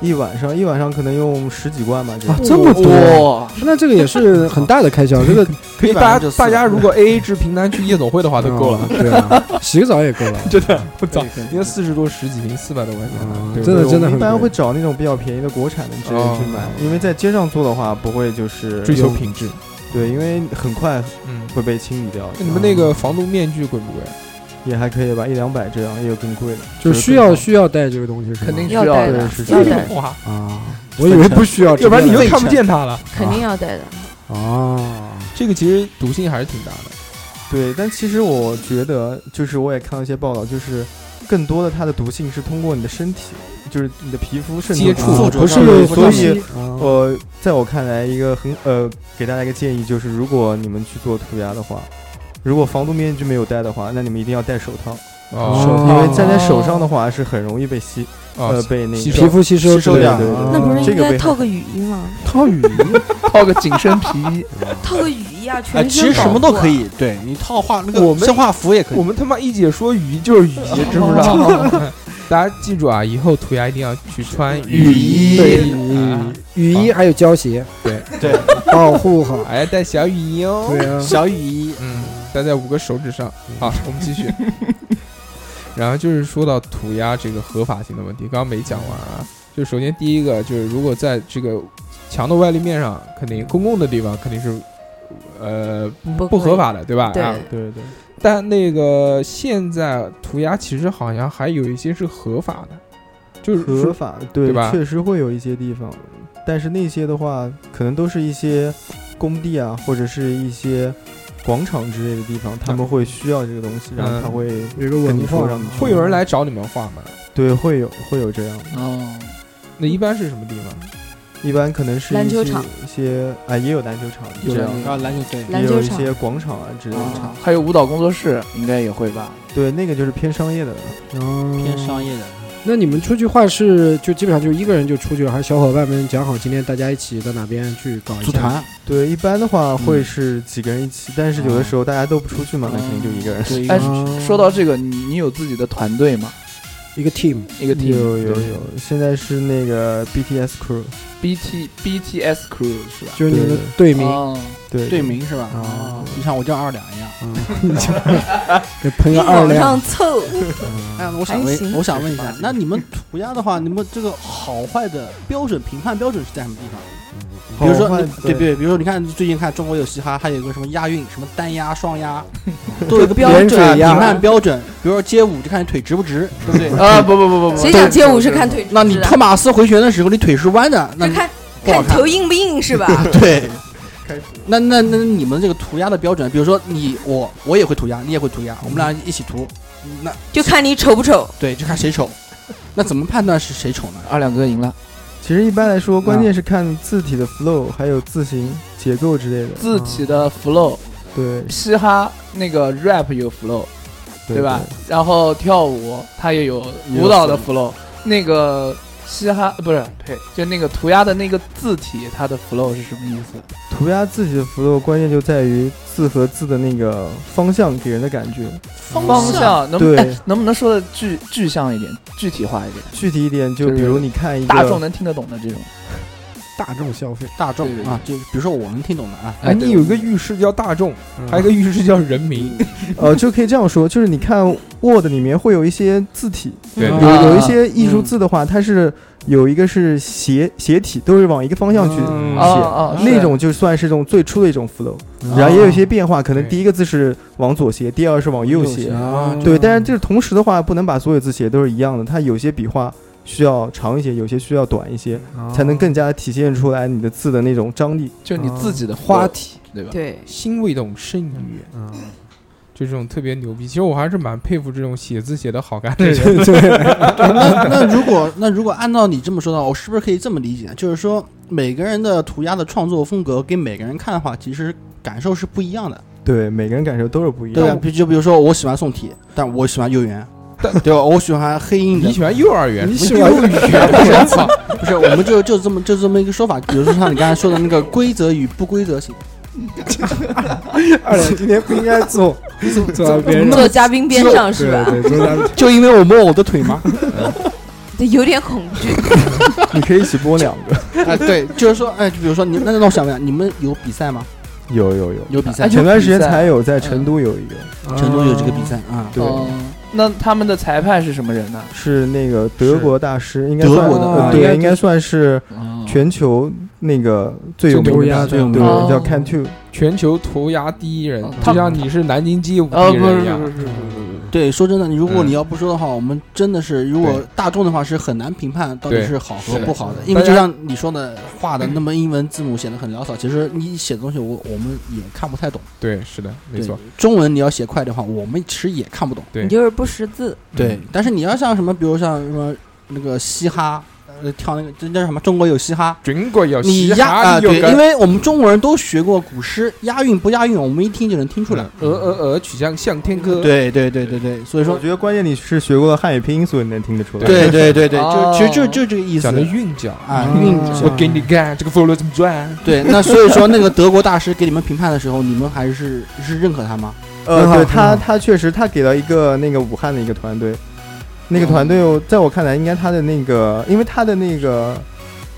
一晚上，一晚上可能用十几罐吧，就
啊，这么多，
哇，
那这个也是很大的开销，这个
可以
一晚
大
上
家
就四
大家
万
如果 A A 制平摊去夜总会的话都够了，
嗯对啊，洗个澡也够了，
真的，我操
对，
你看四十多十几瓶，四百多块钱，
嗯
对
真的
对
真的
我们
很
一般
贵
会找那种比较便宜的国产的直接
哦
去买，因为在街上做的话不会就是
追求
有
品质。
对，因为很快
嗯，
会被清理掉。
那你们那个防毒面具贵不啊贵？
也还可以吧，一两百这样，也有更贵的，
就需
更
要
好
需要带这个东西是吗，
肯定需
要
要
带
的
的
对，是
要
是
带，
哇，
啊，我以为不需要，
要不然你就
直接来
看不见它了。
肯
啊
定要带的。
哦。
这个其实毒性还是挺大的。
对。但其实我觉得，就是我也看到一些报道，就是更多的它的毒性是通过你的身体，就是你的皮肤甚至
接触
啊
附
着
不
上
是，
面
所以
哦
呃，在我看来，一个很呃，给大家一个建议，就是如果你们去做涂鸦的话，如果防毒面具没有戴的话，那你们一定要戴手套，
哦
手
因为粘在手
哦
上的话是很容易被吸、呃
哦，
被那
吸
个
收
啊皮肤吸收
吸收
之类的
掉对对
啊
对
那不是
嗯这
应
个
该
被
套个雨衣吗？
套雨衣，
套个紧身皮衣，
套个雨衣啊，
哎，
全
其
身
实什么
保
都
护啊
可。以，对你套画那
我们
个生化服也可以
我。们他妈一姐说雨衣就是雨衣，知不知道？ 大家记住啊，以后涂鸦一定要去穿
雨衣嗯对
雨衣，
雨衣还有胶鞋，
啊对
对，
保护好。
还要哎带小雨衣哦。
对啊，
小雨衣，
嗯，戴在五个手指上。好，我们继 续。然后就是说到涂鸦这个合法性的问题，刚刚没讲完啊。就首先第一个就是，如果在这个墙的外立面上，肯定公共的地方肯定是呃
不
不
可以
合法的，对吧？
对
啊
对对，
但那个现在涂鸦其实好像还有一些是合法的，就是
合
说
法对
对吧
确实会有一些地方，但是那些的话，可能都是一些工地啊，或者是一些广场之类的地方，他们会需要这个东西，然后
嗯
他会、
有一个
跟
文
你说
化
让你去
会有人来找你们画吗？
对会有会有这样的。
哦，
那一般是什么地方？
一般可能是
篮
一
球
些
场
一些啊，也有篮球场，
有
这
人
样
啊，篮球队，
篮
也
球
有一
场
些广场啊之类
哦
的场。
还有舞蹈工作室，应该也会吧？
对，那个就是偏商业的了，
偏
偏
商业的。
哦那你们出去画是就基本上就一个人就出去了，还是小伙伴们讲好今天大家一起到哪边去搞一
组
下？啊
团，
对，一般的话会是几个人一起，但是有的时候大家都不出去嘛，那肯定就一个人。
对，
哎
哦
说到这个，你你有自己的团队吗？
一个 team，
一个 team
有有有，现在是那个 BTS crew，
BT BTS crew 是吧？
就是你们的队
对
名，
啊
哦，
对
队名是吧？
啊
你像我叫二两一样。
给喷
一
个二
往
两
上，凑，
哎，我想
还
问，
行
我想问一下，那你们涂鸦的话，你们这个好坏的标准评判标准是在什么地方？比如
好
说
坏
你，对
对
对，比如说，你看最近看中国有嘻哈，它有个什么押韵，什么单押、双押，都有个标
连
准啊
水押
评判标准。比如说街舞，就看你腿直不直，对不对？
啊不不不不不，
谁讲街舞是看腿直不
那你
直啊
托马斯回旋的时候，你腿是弯的，那
是
你
看
不好
看
看
头硬不硬是吧？
对。那那那你们这个涂鸦的标准，比如说你我我也会涂鸦，你也会涂鸦，我们俩一起涂，那
就看你丑不丑。
对就看谁丑。那怎么判断是谁丑呢？
二两哥赢了，
其实一般来
啊
说，关键是看字体的 flow，还有字形、结构之类的。啊
字体的 flow，
对
嘻哈那个 rap 有 flow，对吧？？然后跳舞它也有
也有
舞蹈的 flow，那个嘻哈不是呸，就那个涂鸦的那个字体，它的 flow 是什么意思？
涂鸦字体的 flow 关键就在于字和字的那个方向给人的感觉。
方向能不
对
哎能不能说的具具象一点，具体化一点，
具体一点，就
就是
比如你看一个
大众能听得懂的这种。
大众消费，
大众
对对对
啊，就比如说我能听懂的啊，
哎，嗯
对
你有一个浴室叫大众，还有一个浴室叫人民。
呃，就可以这样说，就是你看 Word 里面会有一些字体，
对
啊
有
嗯
啊
有一些艺术字的话，它是有一个是斜斜体，都是往一个方向去
嗯
哦
写，
哦，是
那种就算是一种最初的一种 flow，然后也有一些变化，可能第一个字是往左斜，第二个是往右斜，
啊，
对，
嗯
但是就是同时的话，不能把所有字写都是一样的，它有些笔画需要长一些，有些需要短一些，
嗯哦啊
才能更加地体现出来你的字的那种张力。
就你
啊
自己的
花
体，
体，
对吧？
对，
心未动，身已远，
嗯，
就这种特别牛逼。其实我还是蛮佩服这种写字写的好看的人。
那 那如果那如果按照你这么说的话，我是不是可以这么理解？就是说每个人的涂鸦的创作风格给每个人看的话，其实感受是不一样的。
对，每个人感受都是不一
对吧？
样的。
比就比如说我喜欢宋体，但我喜欢幼园
但，
对吧？我喜欢黑鹰
你
的，
喜欢幼儿园？
你
不
喜
是
欢
幼儿园？我操！
不是？我们就就这么就这么一个说法。比如说像你刚才说的那个规则与不规则性，
二两今天不应该坐坐坐到别人
坐嘉宾边上是
对
吧？
对，坐在
就因为我摸我的腿吗？
对有点恐惧。
你可以一起播两 个。
哎，对，就是说，哎，就比如说你，那那我想问一下，你们有比赛吗？
有有有，
有比赛
哎，
啊前段时间
有比赛
才有在成都有一个，
成都有这个比赛啊，
对，
哦那他们的裁判是什么人呢？
是那个德国大师，应该
德
算
国的
呃
啊
对，
应
应
该
该算是全球那个最有名
涂
的
鸦
大
的
师，
嗯最有名
对，
的
哦
叫 Can Two，
全球涂鸦第一人
哦，
就像你是南京街舞
哦，
第一
不是
人
不
一
是
样
不。是不是，
对，说真的，你如果
嗯
你要不说的话，我们真的是，如果
对
大众的话是很难评判到底
对
是好和
是的
不好的，
是的
因为就
大家
像你说的，画的那么英文字母显得很潦草，其实你写的东西我我们也看不太懂。
对，是的，没
对
错。，
中文你要写快的话，我们其实也看不懂。
对
你就是不识字，
对，但是你要像什么，比如像什么那个嘻哈，呃，跳那个这叫什么？中国有嘻哈，
中国有嘻
你押啊、
哈，有
对，
个
因为我们中国人都学过古诗，押韵不押韵，我们一听就能听出来。
鹅鹅鹅曲项向天歌。，
对对对对对，所以
我
说，
觉得关键你是学过了汉语拼音，所以你能听得出来。
对对对对，
哦
就其实就就这个意思
讲的韵脚
啊，
嗯
韵
嗯
我给你看这个佛罗怎么转。
对，那所以说那个德国大师给你们评判的时候，你们还是是认可他吗？
呃
很，好
对
很
他，
好
他确实，他给了一个那个武汉的一个团队，那个团队哦在我看来，应该他的那个，因为他的那个，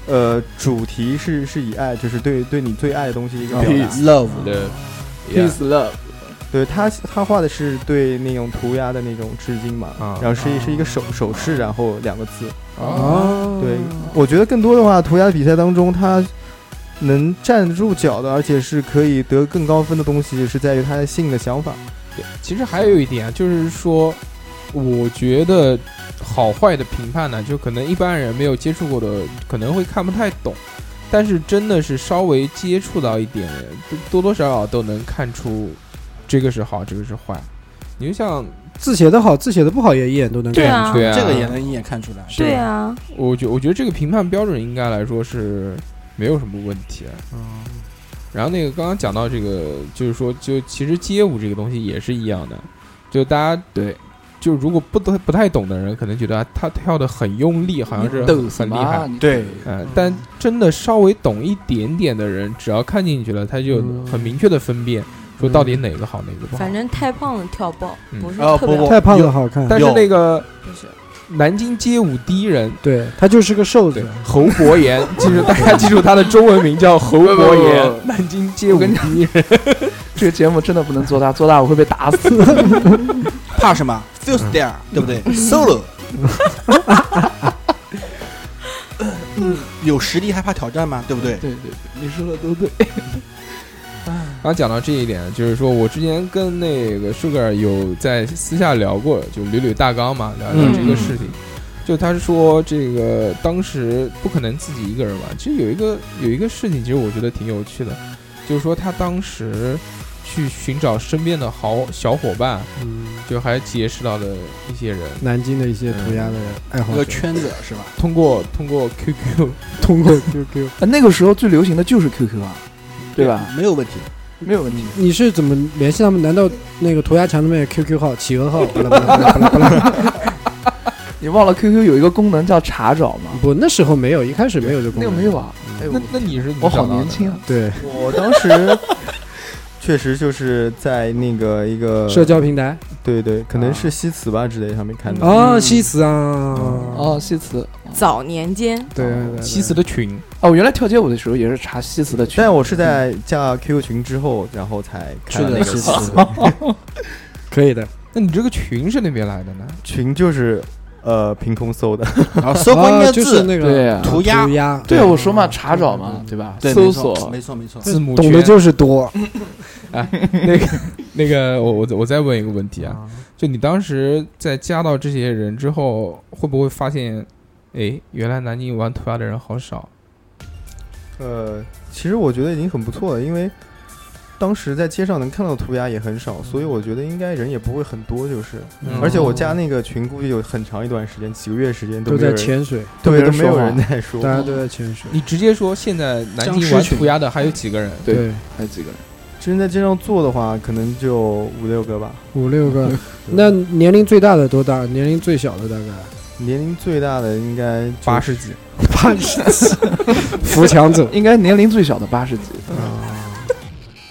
呃，主题是是以爱，就是对对你最爱的东西一个表达。
Love，
Yeah
Peace love，
对他，他画的是对那种涂鸦的那种致敬嘛，
啊
然后是一是一个手手势，然后两个字。
哦，
对，我觉得更多的话，涂鸦比赛当中，他能站住脚的，而且是可以得更高分的东西，是在于他的性的想法。
对，其实还有一点啊，就是说，我觉得好坏的评判呢，就可能一般人没有接触过的，可能会看不太懂。但是真的是稍微接触到一点，多多少少都能看出这个是好，这个是坏。你就像
字写的好，字写的不好也一眼都能
对
看
啊
出
对啊，
这个也能一眼看出来。
是
对啊，
我觉我觉得这个评判标准应该来说是没有什么问题的。然后那个刚刚讲到这个，就是说，就其实街舞这个东西也是一样的，就大家对，就如果不得不太懂的人，可能觉得他跳的很用力，好像是
斗
很
什
很厉
么
害
啊？，你
对，
嗯，但真的稍微懂一点点的人，只要看进去了，他就
嗯
很明确的分辨，说到底哪个好，哪个不好
反。正太胖了跳爆
嗯，
不是
哦
特别
不
好，
太胖了好看，
但是那个
不是
南京街舞第一人，
对他就是个瘦
对
子，
侯伯言，记住大家记住他的中文名叫侯伯
不不
言， 南京街舞第一人。
这个节目真的不能做大，做大我会被打死。
怕什么？Feels there，对不 对？Solo，嗯有实力还怕挑战吗？对不对？
对对，你说的都对。
刚讲到这一点，就是说我之前跟那个 Sugar 有在私下聊过，就捋捋大纲嘛，聊聊这个事情。就他说这个当时不可能自己一个人玩，其实有一个有一个事情，其实我觉得挺有趣的，就是说他当时去寻找身边的好小伙伴，
嗯，
就还结识到了一些人，
南京的一些涂鸦的爱好
那个
者，
圈子是吧？
通过通过 QQ
通过 QQ，
啊那个时候最流行的就是 QQ 啊，对吧？？
没有问题。
没有问题。
你是怎么联系他们？难道那个涂鸦墙那边有 QQ 号、企鹅号？巴拉巴拉巴拉巴拉巴拉
你忘了 QQ 有一个功能叫查找吗？
不，那时候没有，一开始没有这功
那个
能，
没有啊。哎呦
那，那你是怎
我
么
好
找到
年
的？
轻啊！
对，
我当 时确实就是在那个一个
社，交平台
对对，可能是西祠吧之类上面看到。
哦，西祠啊，
哦，西祠
早年间
对，对，对
西祠的群，
哦，我原来跳街舞的时候也是查西祠的群。
但我是在加 QQ 群之后，然后才看到那
的，
个
是
西祠
的。
可以的，
那你这个群是那边来的呢？
群就是呃凭空搜的，
然后搜关
哦
键
就是
字，
那
对
个
啊
涂鸦
涂鸦，
对啊，我说嘛，查找嘛，对吧？
对
搜
没错
索
没错没错。
字母
懂
圈
的就是多，
那个那个，我我再我再问一个问题啊，就你当时在加到这些人之后，会不会发现，哎，原来南京玩涂鸦的人好少？
呃，其实我觉得已经很不错了，因为当时在街上能看到涂鸦也很少，所以我觉得应该人也不会很多，就是。
嗯
而且
哦
我加那个群，估计有很长一段时间，几个月时间都
都
没有
在
人，
潜水，
对，都
没人
没有
说话
人在说
大。家都在潜水，
你直接说现在南京玩涂鸦的还有几个人？
对
对，
还有几个人？
真在街上做的话，可能就五六个吧。
五六个，那年龄最大的多大？年龄最小的大概
年龄最大的应该就
八十几，
八十几，扶墙走，
应该年龄最小的八十几。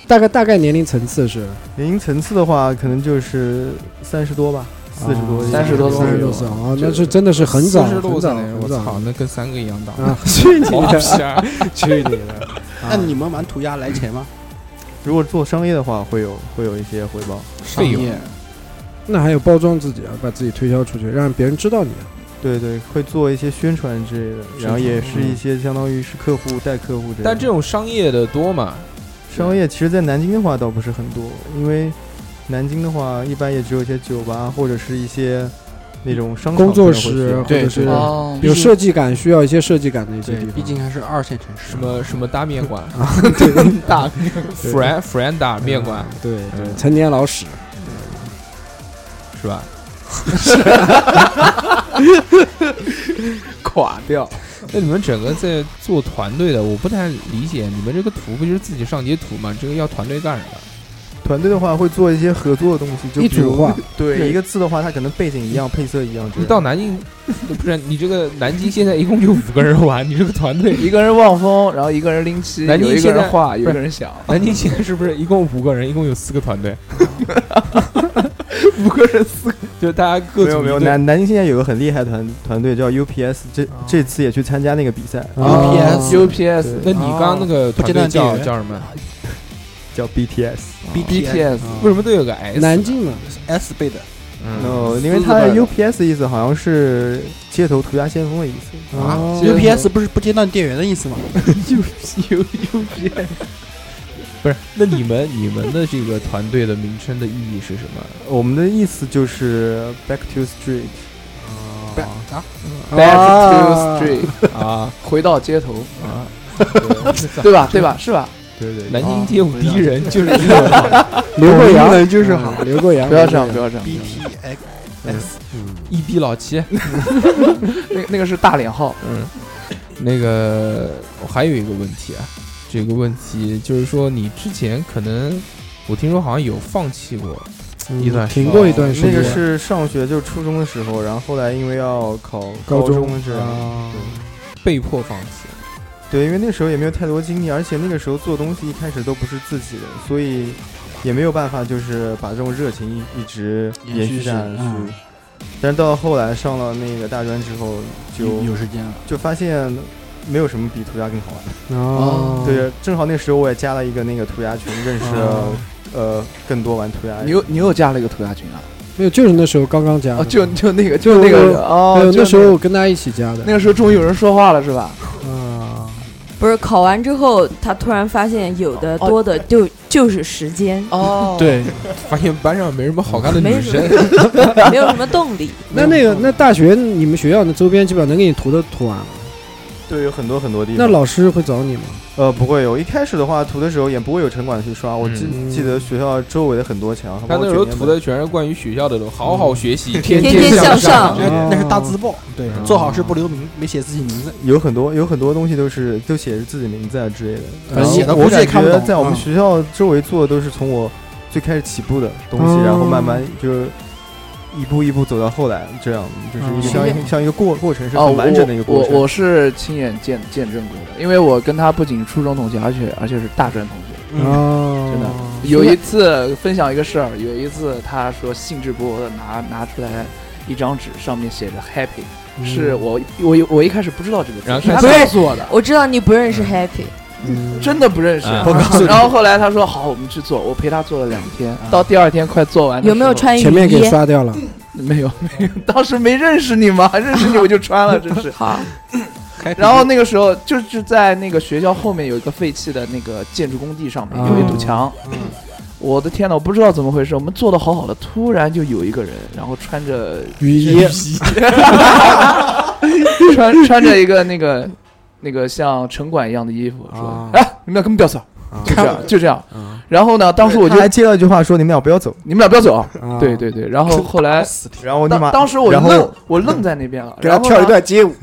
大概大概年龄层次是
年龄层次的话，可能就是三十多吧，四十多、
三十多
三十多岁啊，那是真的是很早，
四十
很
多岁
早，
那时候，
很
我
早
操，那跟三个一样大。
啊！去你
我
的，
天
去你的！
那你们玩涂鸦来钱吗？
如果做商业的话，会有会有一些回报。
费用
商业
那还有包装自己啊，把自己推销出去，让别人知道你啊。
对对，会做一些宣传之类的，然后也是一些相当于是客户带客户这样。
但这种商业的多嘛？
商业其实，在南京的话倒不是很多，因为南京的话一般也只有一些酒吧或者是一些那种商场
工作
可能会
室
去
或者是
哦，
有设计感，需要一些设计感的一些
对
地，方。
毕竟还是二线城市
什。么什么大面馆，
啊
大
弗兰弗兰达面馆
对对，陈年老屎，
是吧？
垮掉，
那你们整个在做团队的，我不太理解，你们这个图不就是自己上街图吗？这个要团队干什么？
团队的话，会做一些合作的东西，就
一
比如
组画，
对一个字的话，它可能背景一样，配色一样。这
你
样
到南京， 不是你这个南京现在一共就五个人玩，你这个团队，
一个人望风，然后一个人拎漆，
南京
有一个
现在
人画，有
不是
一个人想，
南京现在是不是一共五个人，一共有四个团队？
五个人 四个，
就是大家各
没
组
有没有，
一队
南南京现在有个很厉害的团团队叫 UPS，这这次也去参加那个比赛，
啊
哦
UPS
UPS
那你刚刚那个
哦
团队叫
不接纳地缘
叫什么？
叫 BTS。
BTS
为什么都有个 S？
南京嘛，
嗯 S 辈的
嗯，
no，因为它的 UPS 的意思好像是街头涂鸦先锋的意思。
啊
哦
，UPS 不是不接到电源的意思吗？
U UPS，
不是。那你们你们的这个团队的名称的意义是什么？
我们的意思就是 Back to Street。
啊
哦
Back to Street，
啊
回到街头，
啊！
对吧？对吧？是吧？
对对
南京街舞
哦
第一人就是一个
留过
我们
洋
人就是好，
嗯留过洋，
不要这样，不要这样。
一逼老七。
那那个是大脸号，
嗯，那个我还有一个问题啊，这个问题就是说你之前可能我听说好像有放弃过，
嗯
一段时间
停过一段时
哦呃那
间，
个是上学，就是初中的时候，然后后来因为要考
高
中
中
这样，
啊，
被迫放弃。
对，因为那时候也没有太多精力，而且那个时候做东西一开始都不是自己的，所以也没有办法就是把这种热情一一直
延
延
续
续
下
下
来
去
嗯。
但是到后来上了那个大专之后，就
有有时间啊了，
就发现没有什么比涂鸦更好玩。
哦，
对，正好那时候我也加了一个那个涂鸦群，认识了
哦
呃更多玩涂鸦的人。
你又你又加了一个涂鸦群啊？
没有，就是那时候刚刚加的
哦，就就那个
就
就那个
那个
人哦
没，有
就
那时候我跟大家一起加的
那个时候终于有人说话了是吧？
啊，
不是考完之后，他突然发现有的
哦
多的就就是时间，
哦，
对，发现班上没什么好看的女
没什
生
么，没有什么动力。
那那个那大学你们学校的周边基本上能给你涂的涂完了，
对，有很多很多地方。
那老师会找你吗？
呃不会有，一开始的话涂的时候也不会有城管去刷，我记、
嗯
记得学校周围的很多墙，
他
包括
那时候
卷面
涂
板
的全是关于学校的东西，好好学
嗯
习，
天
天
天
向
向
上
上。
哦
那是大字报，对
嗯，
做好事不留名，没写自己名字，
有很多有很多东西都是都写着自己名字啊之类的。
反
然
正
后
写的
我
估计也
感
看不
觉
懂
在我们
嗯
学校周围做的都是从我最开始起步的东西，
哦
然后慢慢就一步一步走到后来，这样就是一
嗯
像一像一个过过程是
哦，
很
我
完整的一个过
我
程。
我是亲眼见见证过的，因为我跟他不仅初中同学，而且而且是大专同学。
嗯，
哦，
真的有一次分享一个事儿，有一次他说兴致勃勃的拿拿出来一张纸，上面写着 happy，、
嗯
是我我我一开始不知道这个
然后
字，是
看
他
起来
告诉我的，
我知道你不认识 Happy，
嗯
真的不认识。
啊
我告诉 你
然后后来他说好，我们去做，我陪他做了两天，到第二天快做完的时
有
候，
没有穿雨
前面给
衣？
刷掉了，
没有 没有，当时没认识你吗？ 认识你我就穿了，真是。
好，
然后那个时候就是在那个学校后面有一个废弃的那个建筑工地上面
啊
有一堵墙，我的天呐，我不知道怎么回事，我们做的好好的，突然就有一个人，然后穿 着
雨衣，
穿穿着一个那个那个像城管一样的衣服，说
啊：“
哎，你们俩根本不要走，就 这样就这样。
啊”
然后呢，当时我就
他还接了一句话说：“你们俩不要走。
你们俩不要走，
啊
对对对。然后后 来
然后我立
当
马
当时我
然后
愣我愣在那边了，
给他
然后
跳一
呢
段街舞，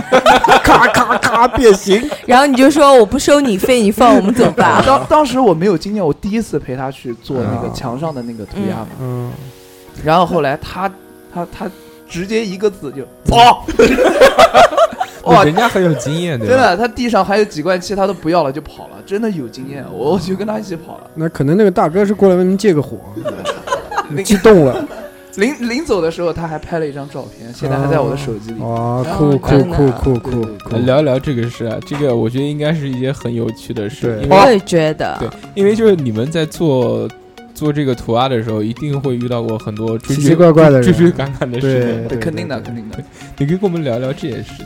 咔咔咔变形，
然后你就说我不收你费，你放我们走 吧。
当当时我没有经验，我第一次陪他去做那
啊
个墙上的那个涂鸦嘛。
嗯，
然后后来他他他直接一个字就跑，哇！
人家很有经验，对
真
吧？
的，他地上还有几罐漆，他都不要了，就跑了。真的有经验，
嗯
我我就跟他一起跑了。
那可能那个大哥是过来问您借个火，
那个
激动了，
临临走的时候，他还拍了一张照
啊
片，现在还在我的手机里。
哇，
然
哦酷
后
酷
真
酷
的
酷酷
对对
酷！
来聊一聊这个事啊，这个我觉得应该是一件很有趣的事，
对
因为
我也觉得
对，因为就是你们在做做这个图案的时候，一定会遇到过很多追
奇
追
奇怪怪的
追追
人，
赶赶的事
对
情，
对，
肯定的，
对
肯定的。
你可以跟我们聊聊这件事情。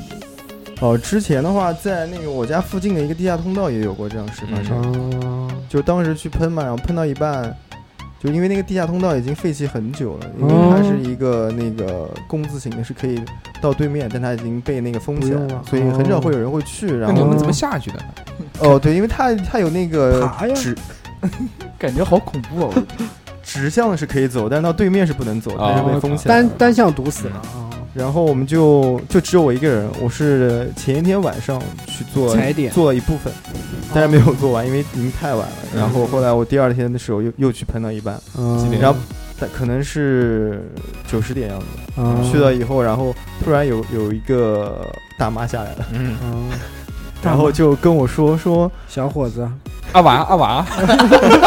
哦，之前的话，在那个我家附近的一个地下通道也有过这样的事发生，
哦，
就当时去喷嘛，然后喷到一半，就因为那个地下通道已经废弃很久了，因为它是一个那个工字形的，是可以到对面，但它已经被那个封起来
不用
了
了，
所以很少会有人会去。
哦那
然
你
后
们怎么下去的？
哦，对，因为它它有那个
爬呀
指
感觉好恐怖哦！
指向是可以走，但到对面是不能走，
哦
它哦是被封起来
单
了。
单向堵死了啊！
然后我们就就只有我一个人，我是前一天晚上去做
踩点
做了一部分，但是没有做完，因为已经太晚了。然后后来我第二天的时候又又去喷到一半，
嗯
点
然后但可能是九十点样子，
嗯
去了以后，然后突然有有一个大妈下来了，
嗯，
嗯
然后就跟我说说
小伙子，
阿娃阿娃，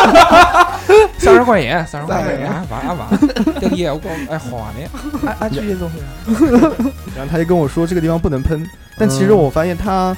三十块钱，三十块钱，阿娃阿娃，这个业务哎好呢，
阿阿菊也怎么回
然后他就跟我说这个地方不能喷，但其实
嗯
我发现他，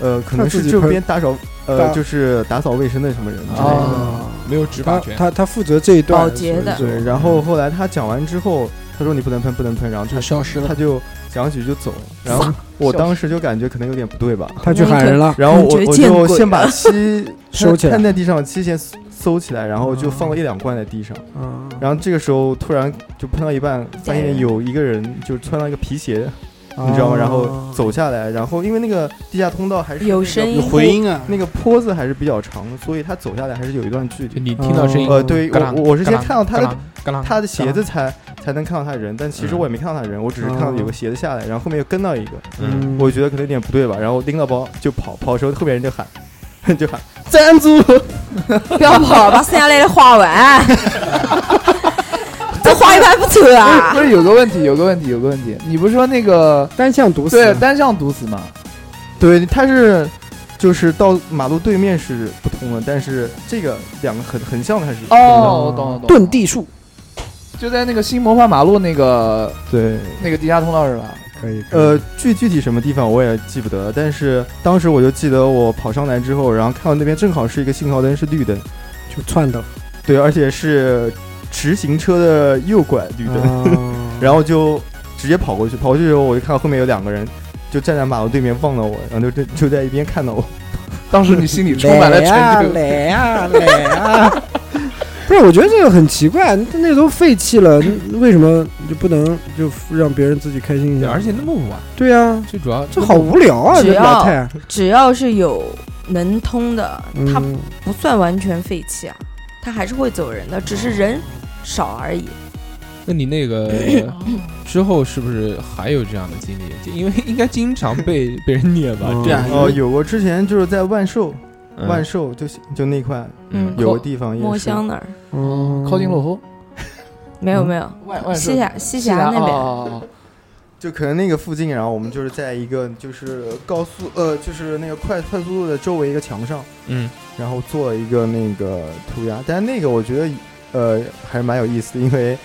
呃，可
他
能
自
是
己
这
喷
边打扫，
打
呃，就是打扫卫生的什么人之类的。
哦，
没有执法
他
权。
他他负责这一段
保洁的
所以
对，然后后来他讲完之后，他说你不能喷，不能喷，然后他
消失
他
了。
就讲几句就走了，然后我当时就感觉可能有点不对吧，
他去喊人了，
然后我
感觉
我
见
就
鬼
先把漆
收起来
摊摊在地上的漆先搜搜起来，然后就放了一两罐在地上，
嗯，
然后这个时候突然就喷到一半，发现有一个人就穿了一个皮鞋，
后
你知道吗？然后走下来，然后因为那个地下通道还是
有
那个
声音
有回音啊，
那个坡子还是比较长的，所以他走下来还是有一段距
就
离。
你听到声音，
呃，对
嘎啦
我我我是先看到他
嘎
的
啦嘎啦，
他的鞋子才才能看到他人，但其实
嗯
我也没看到他人，我只是看到有个鞋子下来，然后后面又跟到一个，
嗯，
我觉得可能有点不对吧，然后拎到包就跑，跑的时候后面人就喊， 就喊赞助，
不要跑，把剩下来的画完。这画一半不错
事？
啊
不！是有个问题，有个问题，有个问题，你不是说那个
单向堵死
对
了，
单向堵死吗？
对，他是就是到马路对面是不通的，但是这个两个很很像的还是
哦，我懂了，懂了。
遁地术
就在那个新魔法马路那个
对，
那个地下通道是吧？
可以，
呃，具具体什么地方我也记不得了，但是当时我就记得我跑上来之后，然后看到那边正好是一个信号灯是绿灯，
就窜的，
对，而且是直行车的右拐绿灯，
然
然后就直接跑过去，跑过去之后我就看到后面有两个人就站在马路对面望到我，然后就就 就在一边看到我，
当时你心里充满了
啊
成就，
来呀来呀！ 不是，我觉得这个很奇怪，那都废弃了，为什么就不能就让别人自己开心一下？
而且那么晚，
对呀，
最主要
这好无聊啊！这
只要
老太，
只要是有能通的，它
嗯，
不算完全废弃啊，它还是会走人的，只是人少而已。
那你那个之后是不是还有这样的经历？就因为应该经常被 被人虐吧？
嗯
这样
嗯
哦、有过之前就是在万寿，嗯万
事
寿就就那块
嗯
有个地方也
墨
是，
香那儿
嗯
靠近洛湖，
没有没有，
万万
西
寿
峡嗯西哦峡那边，
边，
就可能那个附近，然后我们就是在一个就是高速呃就是那个快快速路的周围一个墙上，
嗯，
然后做了一个那个涂鸦，但是那个我觉得呃还是蛮有意思的，因为。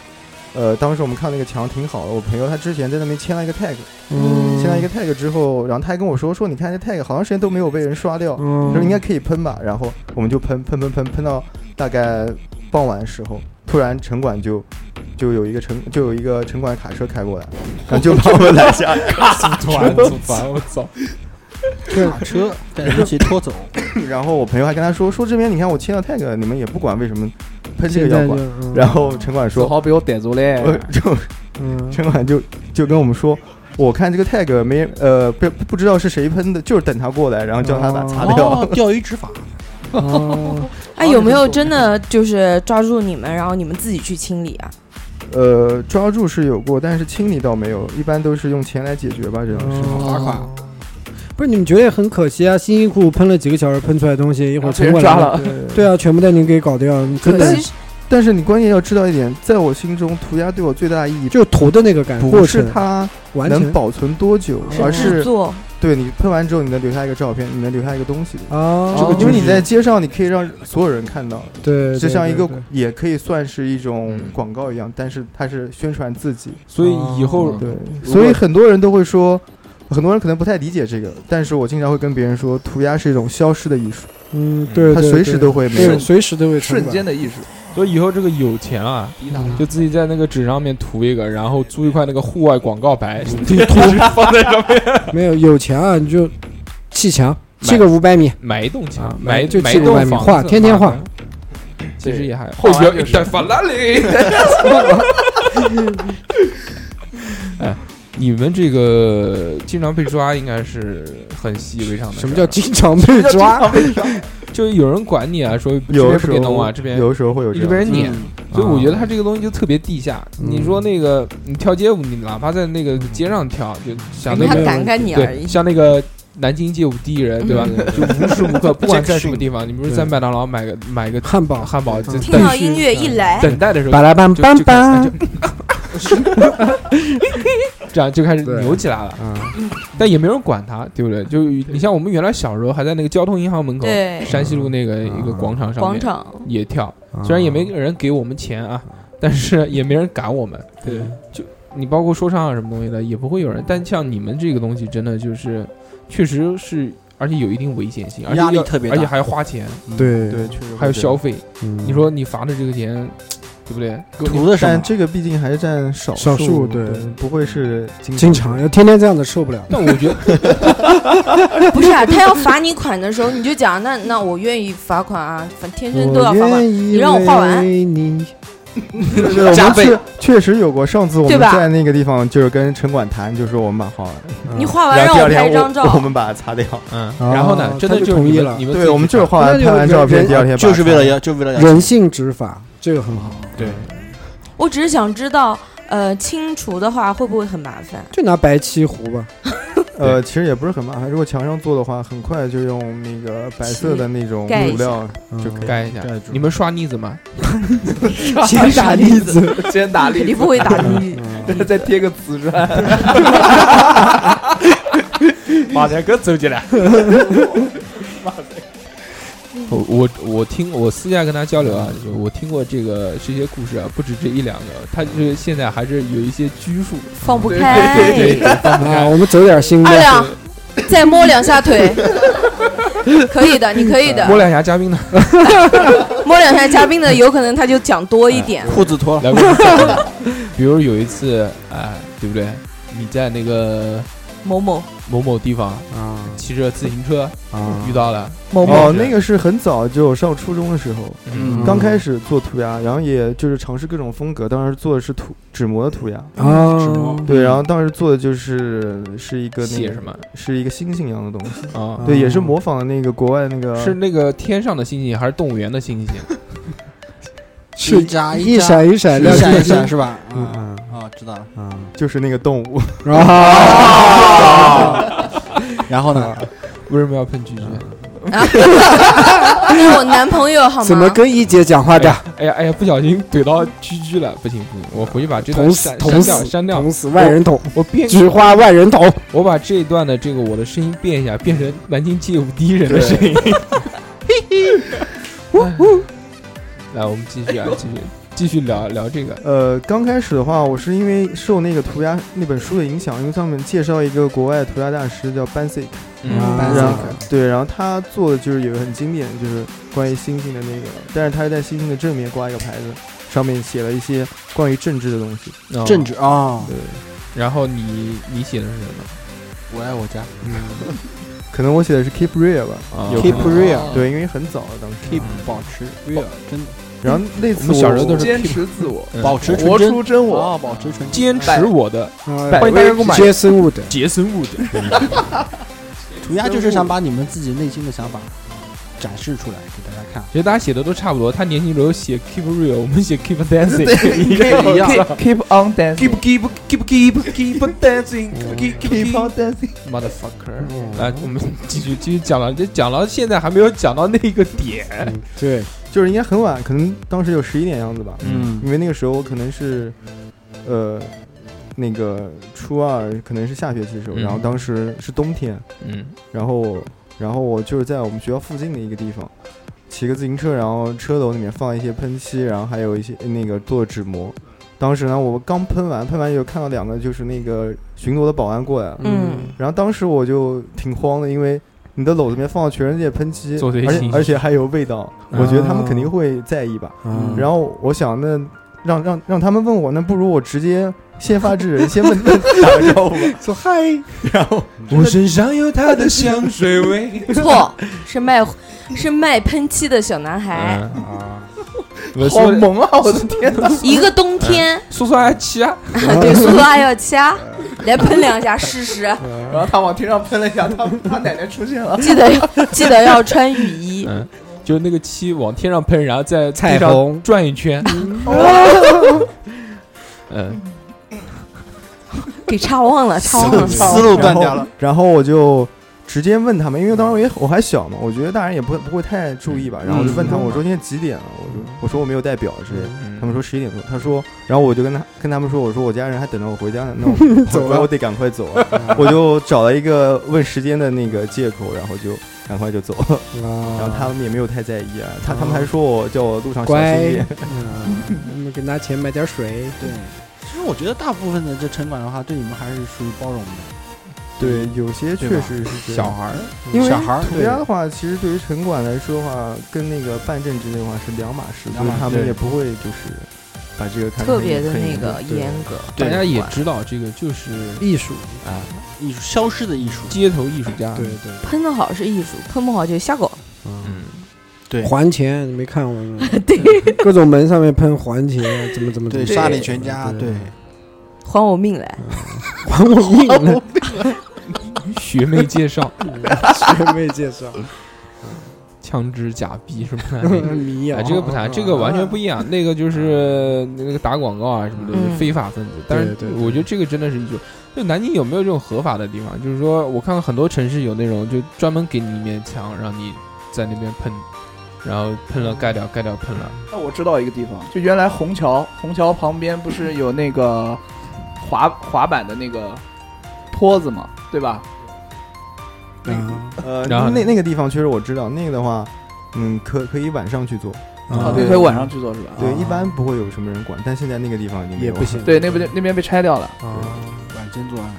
呃，当时我们看那个墙挺好的，我朋友他之前在那边签了一个 tag，
嗯，
签了一个 tag 之后，然后他还跟我说说，你看这 tag 好长时间都没有被人刷掉，
嗯，
说应该可以喷吧，然后我们就喷喷喷喷喷到大概傍晚时候，突然城管就就有一个城就有一个城管卡车 开过来，然后就把我们拦下来，
组 团组团，我操！
卡车带人一起拖走，
然后我朋友还跟他说说这边你看我签了 tag，你们也不管为什么喷 这
现
个
在
要
就
管，，然后城管
说
说，
好被我逮住 嘞，
呃，就
嗯，
城管就就跟我们说。我看这个 tag 没人呃不不知道是谁喷的，就是等他过来，然后叫他把它擦掉。
哦，钓鱼执法，
哦
哎，有没有真的就是抓住你们，然后你们自己去清理啊？
呃，抓住是有过，但是清理倒没有，一般都是用钱来解决吧，这种事。
哦
罚款。
不是你们觉得也很可惜啊？辛辛苦苦喷了几个小时喷出来的东西，一会儿
被
城
人
管
抓
来
了。
对啊，全部带您给搞掉，你真的
其实
但是你关键要知道一点，在我心中，涂鸦对我最大的意义
就图的那个感觉，
不
过
是
程
它
完
能
成
保存多久，
是
而
制
是
作
对你喷完之后，你能留下一个照片，你能留下一个东西的。
啊，
这个
就
因为
是
你在街上，你可以让所有人看到，
对，对
就像一个
对对
也可以算是一种
嗯
广告一样，但是它是宣传自己。
所以以后
对，所以很多人都会说，很多人可能不太理解这个，但是我经常会跟别人说，涂鸦是一种消失的艺术，
嗯，对，
它
对
随时都会没
对，
有
对。随时都会
瞬间
的，
的艺术，
所以以后这个有钱啊，
嗯
就自己在那个纸上面涂一个，然后租一块那个户外广告牌， 就涂放在上面，
没有有钱啊，你就砌墙，
买
砌个五百米，
买一栋墙
啊，
买
就
买
砌
一
个
栋
外面
房子，
画天天画
嗯。其实也还后
画完
脚
就是
一带法拉利。 哎，你们这个经常被抓，应该是很习以为常的事儿。
什么叫经常被 抓？
就有人管你啊，说这
有
边不
的时
给弄
候
啊，这边
有的时候会有这
这
样
边
的。
撵。
嗯
所以我觉得
啊
他这个东西就特别地下。
嗯
你说那个你跳街舞，你哪怕在那个街上跳，就想
没
那
人家
个
有
赶赶你而
对，
已。
像那个南京街舞第一人，对
嗯
吧？就无时无刻，不管在什么地 方，你比如在麦当劳买个买个
汉堡，
汉堡，就
嗯
听
等
到音乐一来，
等待的时候
巴，拉邦
就
邦
就开始
邦
就。 这样就开始
对
扭起来了，嗯
啊，
但也没人管他，对不对？就你像我们原来小时候还在那个交通银行门口，
对，
山西路那个
嗯
一个广场上
广
面
场
也跳，
啊
虽然也没人给我们钱啊，但是也没人赶我们。
对，
你包括说唱啊什么东西的，也不会有人。但像你们这个东西，真的就是，确实是，而且有一定危险性，而且
压力
要
特别
而且
大
还要花钱，
对
对，，确实会
还有
这
消
样。
费。
嗯
你说你罚的这个钱，对不对？
涂的什
但
么？
这个毕竟还是占少
少数对
对，不会是经
经常要天天这样的受不了。
但我觉得，
不是啊，他要罚你款的时候，你就讲那那我愿意罚款啊，反天生都要罚款。
你
让我画完
你
对对对，我
加
们
倍
确确实有过。上次我
对
们
吧
在那个地方，就是跟城管谈，就说我们把画完，
你画完
然后
让
第二
我拍
天
一张
我我
照，
们把它擦掉。
嗯，
啊
然后呢，真的
他就是同
你
意
们
了
你们自
对，
己
我们就是 画完
那就
拍完照片，
人
第二天把它
就是为
擦
了
掉
要，就为了要
人性执法，这个很好。
对，
我只是想知道，呃，清除的话会不会很麻烦？
就拿白漆糊吧，
呃，其实也不是很麻烦。如果墙上做的话，很快就用那个白色的那种
盖一
涂料就
嗯
可以
盖一下。
盖住。
你们刷腻子吗？
先打栗子，
先打
肯
力
定，不会打 你。
再贴个瓷砖，
马大哥走进来。我我我听我私下跟他交流啊，就我听过这个这些故事啊，不止这一两个，他就是现在还是有一些拘束，
放不
对
开。
啊，我们走点心
二
的。
两，再摸两下腿，可以的，你可以的。
摸两下嘉宾呢，
摸两下嘉宾的，有可能他就讲多一点。
裤子脱了，
来，我们再讲比如有一次 啊、对不对？你在那个
某某
某某地方
啊
骑着自行车
啊
遇到了，
某某
哦，那个是很早就上初中的时候，
嗯，
刚开始做涂鸦，然后也就是尝试各种风格。当时做的是涂纸模的涂鸦，
啊，
对，然后当时做的就是是一个那
写
个
什么
是一个星星一样的东西，
啊？
对，也是
哦
模仿那个国外那个
是那个天上的星星还是动物园的星星？
是
一家
一
一家
闪一闪亮
一闪
晶
一闪
晶，
是吧？
嗯
啊啊，知道了。
啊
就是那个动 物，
啊！
哦然后呢？
为什么要喷蛐蛐？
是我男朋友好吗？
怎么跟一姐讲话的？
哎呀哎呀，不小心怼到蛐蛐了，不行不行，我回去把这段
捅死
删删
捅
掉
死
删掉。
捅死万人捅，
我变，
菊花万人捅。
我把这一段的这个我的声音变一下，变成南京街舞第一人的声音。嘿嘿，来，我们继续啊，继续继续聊聊这个。
呃，刚开始的话，我是因为受那个涂鸦那本书的影响，因为上面介绍一个国外涂鸦大师叫 Bansic，
嗯
啊
然后对，然后他做的就是有个很经典，就是关于星星的那个，但是他是在星星的正面挂一个牌子，上面写了一些关于政治的东西。
哦
政治啊，
对，
然后你你写的是什么？
我爱我家
可能我写的是 Keep Real 吧，
啊
有
，keep
可能
real，
对，因为很早了当时。
，keep 保持 real，真的
然后那
我
次
们小时候都是
坚持自我，
嗯
保持
活
纯真
出真我。
啊，保持纯真，
坚持我的
啊
百
欢迎大家
威
购买
杰森伍德，
杰森物的。
涂鸦就是想把你们自己内心的想法展示出来给大家看。
其实大家写的都差不多，他年轻时候写 Keep Real，我们写 Keep Dancing，一 个一样。
Keep on dancing，
keep keep keep keep dancing keep
keep on dancing。
motherfucker。来，
哎
我们继续继续讲了，就讲到现在还没有讲到那个点。
嗯对，
就是应该很晚，可能当时有十一点样子吧，
嗯
因为那个时候我可能是，呃，那个初二可能是下学期的时候，
嗯
然后当时是冬天，
嗯
然后然后我就是在我们学校附近的一个地方，骑个自行车，然后车斗里面放一些喷漆，然后还有一些那个做纸模。当时呢，我刚喷完，喷完以后看到两个就是那个巡逻的保安过来了，
嗯，
然后当时我就挺慌的，因为你的篓子里面放的全是这喷漆，
嗯
做贼
而且
心
而且还有味道，我觉得他们肯定会在意吧。
嗯
然后我想，那让让让他们问我，那不如我直接先发制人，先问问 打个招呼吧。
说嗨，
然后
我身上有他的香水味。
错，是卖是卖喷漆的小男孩，
嗯啊，
好萌啊！我的天哪，
一个冬天，
叔叔还骑啊，
对，苏拉要掐，来喷两下试试，
然后他往天上喷了一下，他他奶奶出现了。
记得要记得要穿雨衣，
嗯，就是那个漆往天上喷，然后在地
彩
上
虹
转一圈。嗯，
给差忘了，差忘 了，
思
思路断掉了。
然后我就直接问他们，因为
嗯
当时我也我还小嘛，我觉得大人也不不会太注意吧。然后我就问他们，我说现在几点了？我说我说我没有带表之
嗯
类的。他
嗯
们说十一点多，他说，然后我就跟他跟他们说，我说我家人还等着我回家呢，那我
走
我
了
我得赶快走啊、 我就找了一个问时间的那个借口，然后就赶快就走了，
啊
然后他们也没有太在意啊，他他们还说我叫我路上小
乖
心一点，，
嗯，我们给拿钱买点水。
对，其实我觉得大部分的这城管的话，对你们还是属于包容的。
对，有些确
对吧
实是这
小
样。
孩儿，
因为
小孩儿
涂
对
鸦的话，其实对于城管来说的话，跟那个办证之类的话是两码事，
两
所以
码事
他们
对
也不会就是把这个看成
特别的
很
那
严重
个
对
严格，
大家也
管
知道这个就是
艺术，
啊，
艺术消失的艺术，
街头艺术家。
对，对，
喷的好是艺术，喷不好就瞎搞。
嗯，
对
还钱，你没看我 吗？对，各种门上面喷还钱，怎么怎么怎
对，
么，
杀你全家，
对
对，
还我命来！
还我命呢，
学妹介绍
学妹介绍，
枪支假币什么的。
迷啊
哎，，这个不谈，这个完全不一样。那个就是那个打广告啊什么的，
嗯
是非法分子。但是
嗯对对对
我觉得这个真的是一种。就南京有没有这种合法的地方？就是说我看到很多城市有那种，就专门给你一面墙，让你在那边喷，然后喷了盖掉，盖掉喷了。
那我知道一个地方，就原来虹桥，虹桥旁边不是有那个滑滑板的那个坡子嘛，对吧？
嗯
啊
呃，
然后
那那个地方确实我知道，那个的话，嗯，可可以晚上去做，
啊，
啊，
对，可以晚上去做是吧？
对，
啊
一般不会有什么人管，但现在那个地方已经没
也
有了
不行，
对，那边那边被拆掉了。
啊，
晚间作案，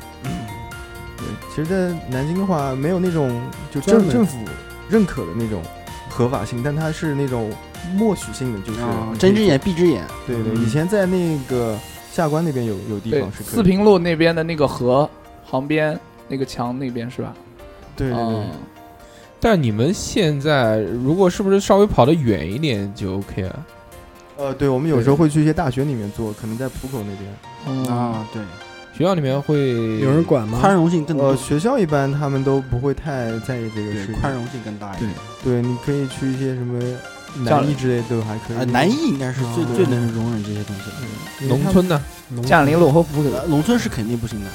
对，其实，在南京的话，没有那种就
专
政
门
政府认可的那种合法性，但它是那种默许性的，就是
啊睁只眼闭只眼，
对对，
嗯
以前在那个下关那边有有地
对
方，是可以
四平路那边的那个河旁边那个墙那边是吧？
对对
哦
对
嗯，
但你们现在如果是不是稍微跑得远一点就啊 OK 了？
呃，对，我们有时候会去一些大学里面做，可能在浦口那边。
哦，
啊，对，
学校里面会
有人？管吗？
宽容性更多
呃，，学校一般他们都不会太在意这个
对
事，情。
宽容性更大一点。
对，你可以去一些什么
像
南艺之类都还可
呃，
以。
南艺应该是最
嗯
最能容忍这些东西的，
因为
农
他们
村呢？
占领嗯落后浦口，
呃农村是肯定不行的，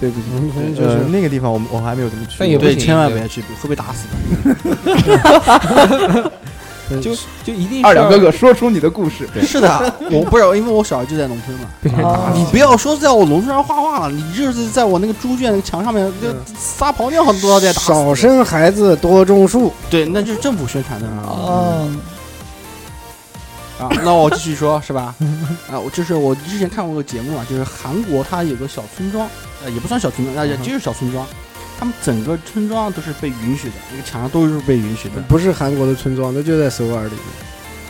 对不起，
农村就
呃
是
那个地方，我们我还没有怎么去过。
但也不
对，
行
千万不要去，会被打死的。
就就一定是
二两哥哥说出你的故事。
是的， 我不是因为我小时候就在农村嘛。
被人打
哦
你不要说在我农村上画画了，你就是在我那个猪圈墙上面就
嗯
撒泡尿都要在打死的。
少生孩子，多种树。
对，那就是政府宣传的啊。
嗯
哦，
那我继续说，是 吧？啊，我就是我之前看过个节目啊，就是韩国它有个小村庄，呃，也不算小村庄，那也就是小村庄，他们整个村庄都是被允许的，那个墙上都是被允许的。
不是韩国的村庄，那就在首尔里面，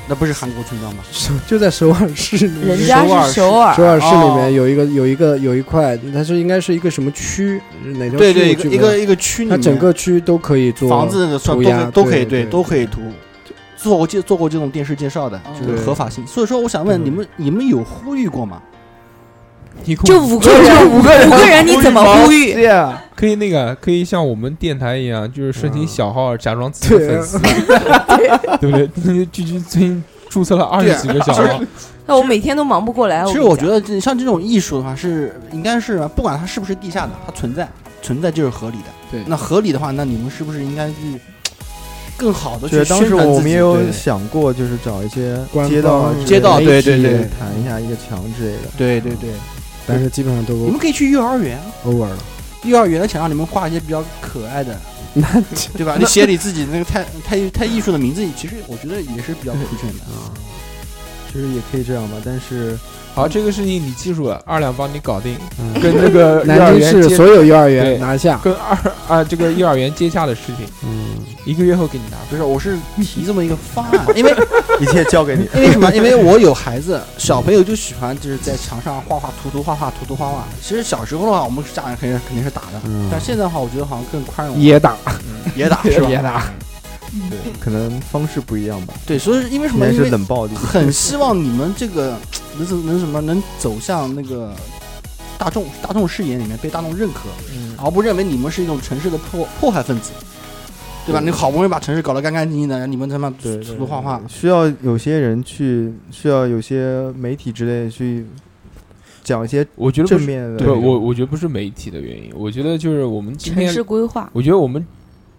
那不是韩国村庄吧？
首就在首尔市里面。
人家嗯是首尔
首，尔市里
哦
面有一个有一个有一块，它是应该是一个什么区？哪条区？
对对，一个
我去
一
过
个一个区里
它
面，
整个区都可以做
房子那个算
涂
都
鸦
可都可以
对
对
对
都可以涂，做过介做过这种电视介绍的，就是
对
合法性。所以说，我想问
对
你们，你们有呼吁过吗？
你
就五个人，五个人，五个人，你怎么呼吁？
对啊，
可以那个可以像我们电台一样，就是申请小号，假装自己的
嗯对
粉丝， 对不对？那居居最近注册了二十几个小号，
那我每天都忙哎不过来。
其实
跟你
我
讲
觉得这像这种艺术的话是，应该是啊不管它是不是地下的，它存在存在就是合理的。
对
那合理的话，那你们是不是应该去更好的
其实
去
当
宣
时
传
我
自
们
己？
也
对
有想过，就是找一些
官
街道
方
啊之类的
街道，
媒
对
体
对对
谈一下一个墙之类的。
对对对，
但是基本上都
你们可以去幼儿园，啊
over 了。
幼儿园的想让你们画一些比较可爱的，
那
对吧？你写你自己那个太太太艺术的名字，其实我觉得也是比较酷炫的。
啊，
其实也可以这样吧，但是
好，这个事情你记住了，二两帮你搞定，
嗯
跟这个幼儿
南京
园
市
接
所有幼儿园
对
拿下。
跟二啊这个幼儿园接洽的事情，
嗯，
一个月后给你拿。
不是，我是提这么一 个方案，因为
一切交给你。
因为什么？因为我有孩子，小朋友就喜欢就是在墙上画画涂涂画画涂涂画画。其实小时候的话，我们家长肯定肯定是打的，
嗯
但现在的话，我觉得好像更宽容，
也 打
也打是吧？
也打，
对，可能方式不一样吧，
对，所以是因为什
应
么？
该
因
是
为
冷暴力。
很希望你们这个能怎能什么能走向那个大众大众视野里面被大众认可，
嗯，
而不认为你们是一种城市的破破坏分子，对吧？
对
你好不容易把城市搞得干干净净的，然后你们他妈涂
对，对
涂画画，
需要有些人去，需要有些媒体之类去讲一些
我觉得不
正
是，
面的。
不是我我觉得不是媒体的原因，我觉得就是我们今
城
天
市规划，
我觉得我们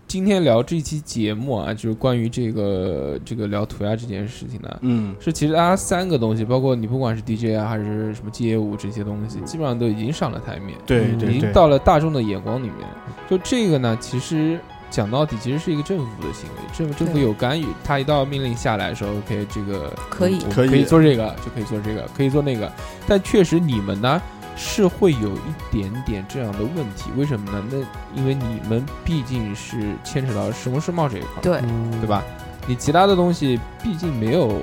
今天聊这期节目啊，就是关于这个这个聊涂鸦这件事情呢，
嗯，
是其实大家三个东西，包括你不管是 DJ 啊还是什么街舞这些东西，基本上都已经上了台面，
对
嗯已经到了大众的眼光里面。就这个呢，其实讲到底其实是一个政府的行为，政府政府
对
有干预，他一道命令下来的时候，OK，这个
可以
我们
可以
可以做这个，就可以做这个，可以做那个，但确实你们呢？是会有一点点这样的问题，为什么呢？那因为你们毕竟是牵扯到石墨世贸这一块，
哎
对，
对
对？
嗯
吧？你其他的东西毕竟没有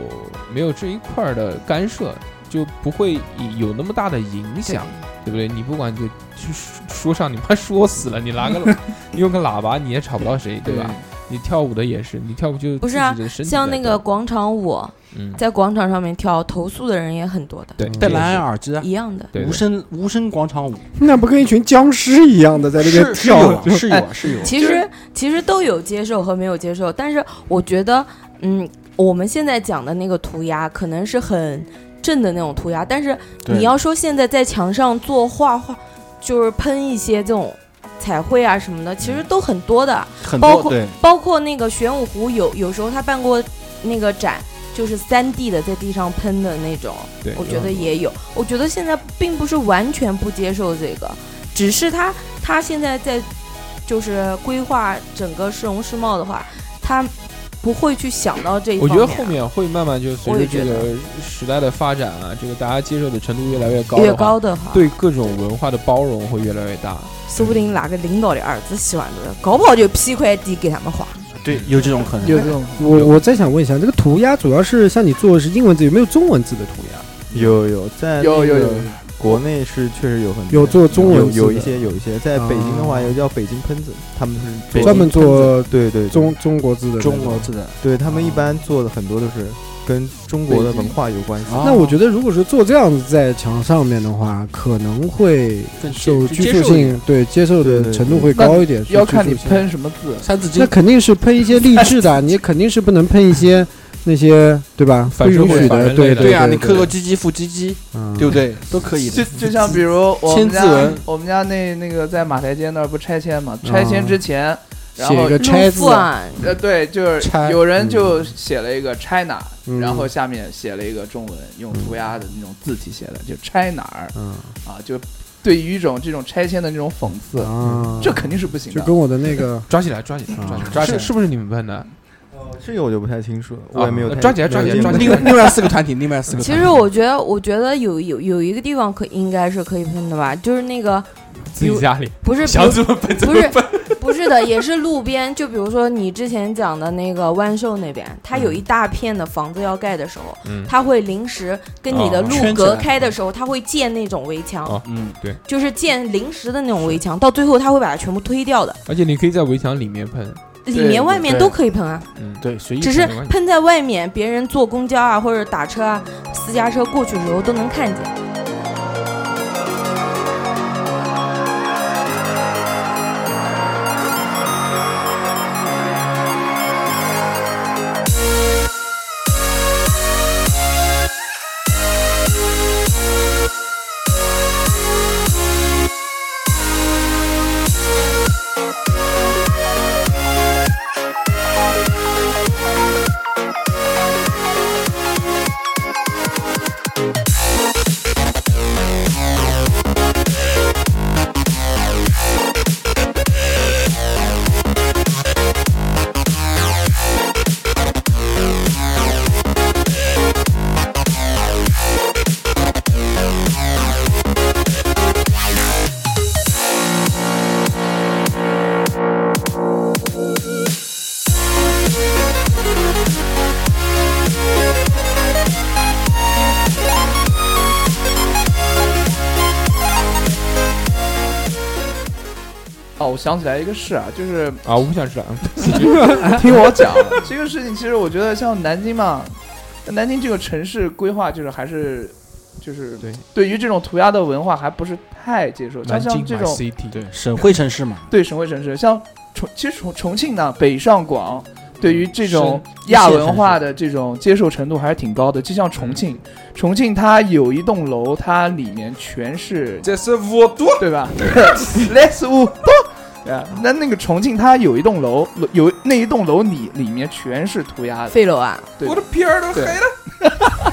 没有这一块儿的干涉，就不会以有那么大的影响，对不对？你不管就去说说上，你妈说死了，你拿 个用个喇叭你也吵不到谁，对吧？你跳舞的也是，你跳舞就
不是啊
自己的身体
像
在
那个
动
广场舞，
嗯，
在广场上面跳，投诉的人也很多的，
对，
嗯
这
戴
也
蓝
是
牙耳机啊，
一样的。
对
无
对
声无声广场舞，
那不跟一群僵尸一样的在那边
是是有
跳
啊？是有啊是有啊，
其实其实都有接受和没有接受，但是我觉得，嗯，我们现在讲的那个涂鸦可能是很正的那种涂鸦，但是
对
你要说现在在墙上做画画，就是喷一些这种彩绘啊什么的，其
嗯
实都很多的，
很
包
多
括
对
包括那个玄武湖有有时候他办过那个展，就是三 D 的在地上喷的那种，
对，
我觉
有
得也有。我觉得现在并不是完全不接受这个，只是他他现在在就是规划整个市容市貌的话，他不会去想到这一
我
方
觉
面。啊
得后面会慢慢就随
我
着
也
这
觉得
个时代的发展啊，这个大家接受的程度越来越高，
啊越，高的话，
对各种文化的包容会越来越大。
说不定哪个领导的儿子喜欢这个，搞不好就批块地给他们画。
对有这种可能，
有这种
我我再想问一下，这个涂鸦主要是像你做的是英文字，有没有中文字的涂鸦？
有有在
有
那
有
个
有，
国内是确实有很多
有做中文
有
字
有
的
一些有一些，在北京的话
啊
有个叫北京喷子，他们就是北京
专门
喷子
做
对对对
中中国字的那种
中国字的，
对他们一般做的很多都是跟中国的文化有关系。
啊
那我觉得，如果是做这样子在墙上面的话，可能会
更
受
接
拘
接
束
受一点
性，对接受
对对
的
对
程度会高一点。受
要
拘
看
束
你
性，
喷什么字。
三字经
那肯定是喷一些励志的，你肯定是不能喷一些那些对吧？不
反社
允
会
许
反人
的，
类
对嗯
的
对
啊，
啊，你磕个唧唧复唧唧，对不？对？都可以
就
的。
就像比如我们
千字
家
文，
我们家那那个在马台街那儿不拆迁嘛？拆迁之前，然
写一
后
个拆
路
字
富，啊，
呃对，就是
拆
有人就写了一个 China，
嗯
然后下面写了一个中文，用涂鸦的那种字体写的，就拆哪儿
嗯
啊，就对于一种这种拆迁的那种讽刺，
啊，
这肯定是不行
就
的。
跟我的那个
抓起来，抓起嗯来，抓起来，
抓起来
是是不是你们喷的？
这个我就不太清楚了，我也没有
啊
太、
抓起来抓起来
没有
抓起来
另
见过
外另外四个团体，另外四个团体
其实我觉得，我觉得有有有一个地方可应该是可以喷的吧，就是那个
自己 家里
不是
想怎么 喷怎
不
么
是
喷。
不是的，也是路边。就比如说你之前讲的那个万寿那边，它有一大片的房子要盖的时候，
嗯
它会临时跟你的
哦
圈
路
起
隔
来
开的时候，它会建那种围墙，
哦
嗯，
就是建临时的那种围墙，到最后它会把它全部推掉的，
而且你可以在围墙里面喷，
里面外面
对
都可以喷啊，
嗯，
对，随意
只是
没关系
喷在外面，别人坐公交啊或者打车啊、私家车过去的时候都能看见。
哦我想起来一个事啊，就是
啊，我不想知道。
听我讲这个事情，其实我觉得像南京嘛，南京这个城市规划就是还是就是
对
对于这种涂鸦的文化还不是太接受，像
南京
像这
my
种
city，对，
省会城市嘛，
对省会城市，像重其实重重庆呢，北上广。对于
嗯
这种
深
亚
一线
文
城
化
市
的这种接受程度还是挺高的，就像重庆，
嗯
重庆它有一栋楼，它里面全是
这是我多
对吧？Let's go。对啊，那那个重庆，它有一栋楼，有那一栋楼里里面全是涂鸦的，
废楼啊，
对
我的皮儿都黑了。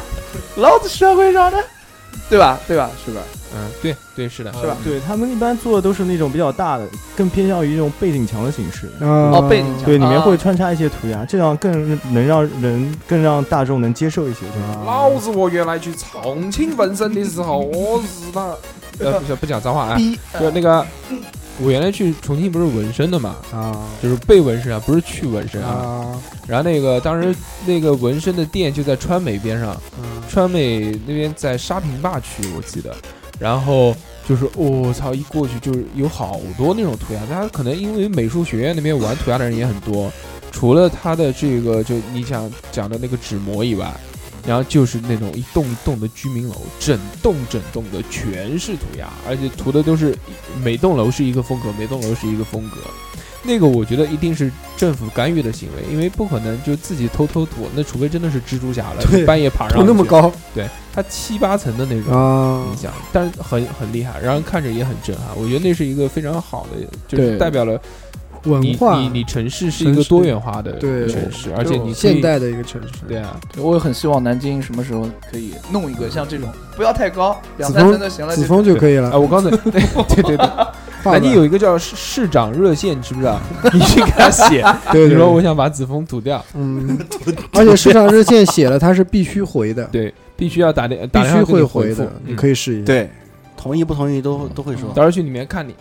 老子社会上的，对吧？对吧？是吧？
嗯，对对是的，
是吧？
对他们一般做的都是那种比较大的，更偏向于一种背景墙的形式。
哦
哦，背景墙
嗯对，里面
啊
会穿插一些涂鸦，这样更能让人更让大众能接受一些。对吧
老子我原来去重庆纹身的时候，我日他，呃，不是不讲脏话啊，
逼
就那个，我原来去重庆不是纹身的嘛，
啊
就是被纹身啊，不是去纹身啊。
啊
然后那个当时那个纹身的店就在川美边上，川美那边在沙坪坝区，我记得。然后就是我、操，一过去就是有好多那种涂鸦，大家可能因为美术学院那边玩涂鸦的人也很多，除了他的这个就你想讲的那个纸模以外，然后就是那种一栋一栋的居民楼，整栋整栋的全是涂鸦，而且涂的都是每栋楼是一个风格，每栋楼是一个风格。那个我觉得一定是政府干预的行为，因为不可能就自己偷偷涂，那除非真的是蜘蛛侠了，
对
你半夜爬上
涂那么
去，
高
它七八层的那种。
啊
影响，但是很很厉害，让人看着也很震撼。我觉得那是一个非常好的，就是
对
代表了你
文化
你你城市是一个
城市
多元化的
对
城市，而且你可以
现代的一个城市，
对啊，
我也很希望南京什么时候可以弄一
嗯
个像这种，不要太高，两
子
三
枫
层就行了。
子
这
枫就可以了
啊，。我刚才对对对对，
画
南京
吧
有一个叫市市长热线，知不知道？你去给他写，
对
你
对
说
对
我想把子枫涂掉，
嗯，而且市场热线写了，它是必须回的，
对，必须要打电打
必
电
须
话给
会
你
回
复
的，你
嗯
可以试一下。
对，同意不同意都都会 说，
到时候去里面看你。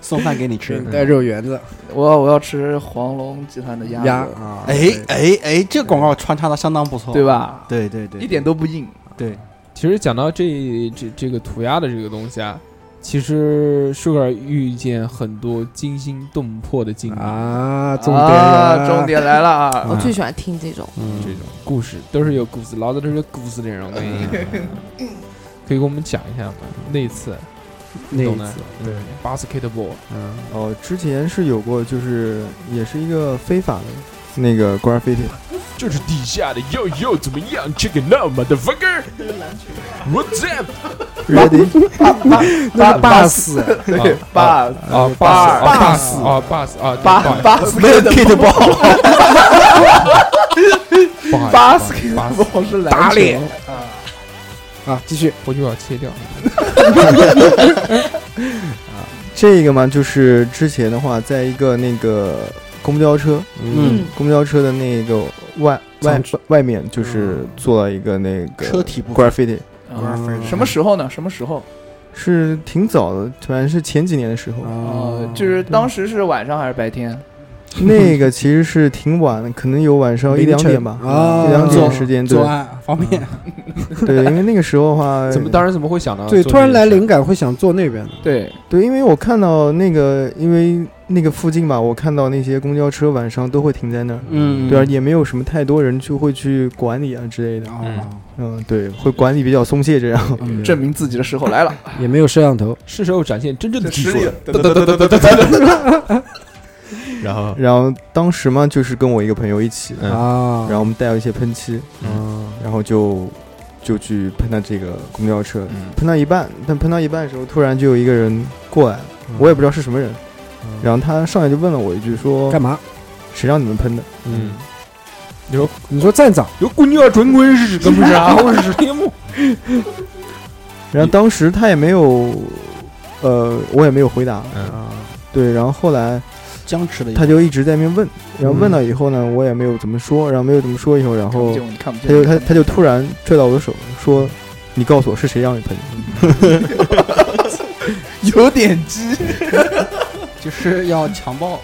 送饭给你吃。
带
嗯
肉圆子
我要我要吃黄龙集团的鸭
鸭
子
啊，
哎
对
哎哎，这广告穿插的相当不错，
对？吧？
对对对，
一点都不硬。
对，
其实讲到这这这个涂鸦的这个东西啊，其实 Sugar 遇见很多惊心动魄的经历。
啊，重点
啊，
呀嗯
重，点来 了啊！
我最喜欢听这种。
这种故事都是有故事，老子都是有故事的人，我跟你讲，可以给我们讲一下吗？那次，
那一
懂的
次，
对，basketball，
嗯，
哦，之前是有过，就是也是一个非法的那个 graffiti，
就是地下的又又怎么样？Check it out, motherfucker！What's up？
Ready？
那是霸死
对，爸
啊
巴尔
，bus 啊，bus 啊，
巴巴斯克的
Kid Ball，
巴斯克
bus，
的是篮球
打脸
啊，继续
回去把它切
哎
掉。
这个嘛，就是之前的话，在一个那个公交车，
嗯，
公交车的那个外外
藏区
外面，就是做了一个那个
车体不
graffiti，
啊
嗯
什么时候呢？什么时候？
是挺早的，反正是前几年的时
啊
候。
哦
呃，就是当时是晚上还是白天？
那个其实是挺晚的，可能有晚上一两点吧，
啊，
一两
左
点时间，对
作案方便，
嗯
对，因为那个时候的话，
怎么当时怎么会想到？
对，突然来灵，感会想坐那边的，
对，
对，因为我看到那个，因为那个附近嘛，我看到那些公交车晚上都会停在那儿，
嗯，
对啊，也没有什么太多人就会去管理啊之类的，
哦，
嗯，对，会管理比较松懈这样。
嗯
证明自己的时候来了。
也没有摄像头，
是时候展现真正的技
实
术
力
了。
然后，然后当时嘛，就是跟我一个朋友一起，
嗯
啊，
然后我们带了一些喷漆，
啊，
然后就就去喷他这个公交车，
嗯
喷到一半，但喷到一半的时候，突然就有一个人过来，我也不知道是什么人，然后他上来就问了我一句说
干嘛？
谁让你们喷的？
嗯，
你说站长
有姑娘准滚是怎么 着？我是天幕。
然后当时他也没有，呃，我也没有回答，
嗯，
啊，
对，然后后来
僵持了一下，
他就一直在那边问，然后问了以后呢，我也没有怎么说，然后没有怎么说以后，然
看不
后
见我，你看不
他
见
就
我。
他他就突然拽到我的手说：“你告诉我是谁让你喷的
有点鸡，
就是要强暴，？”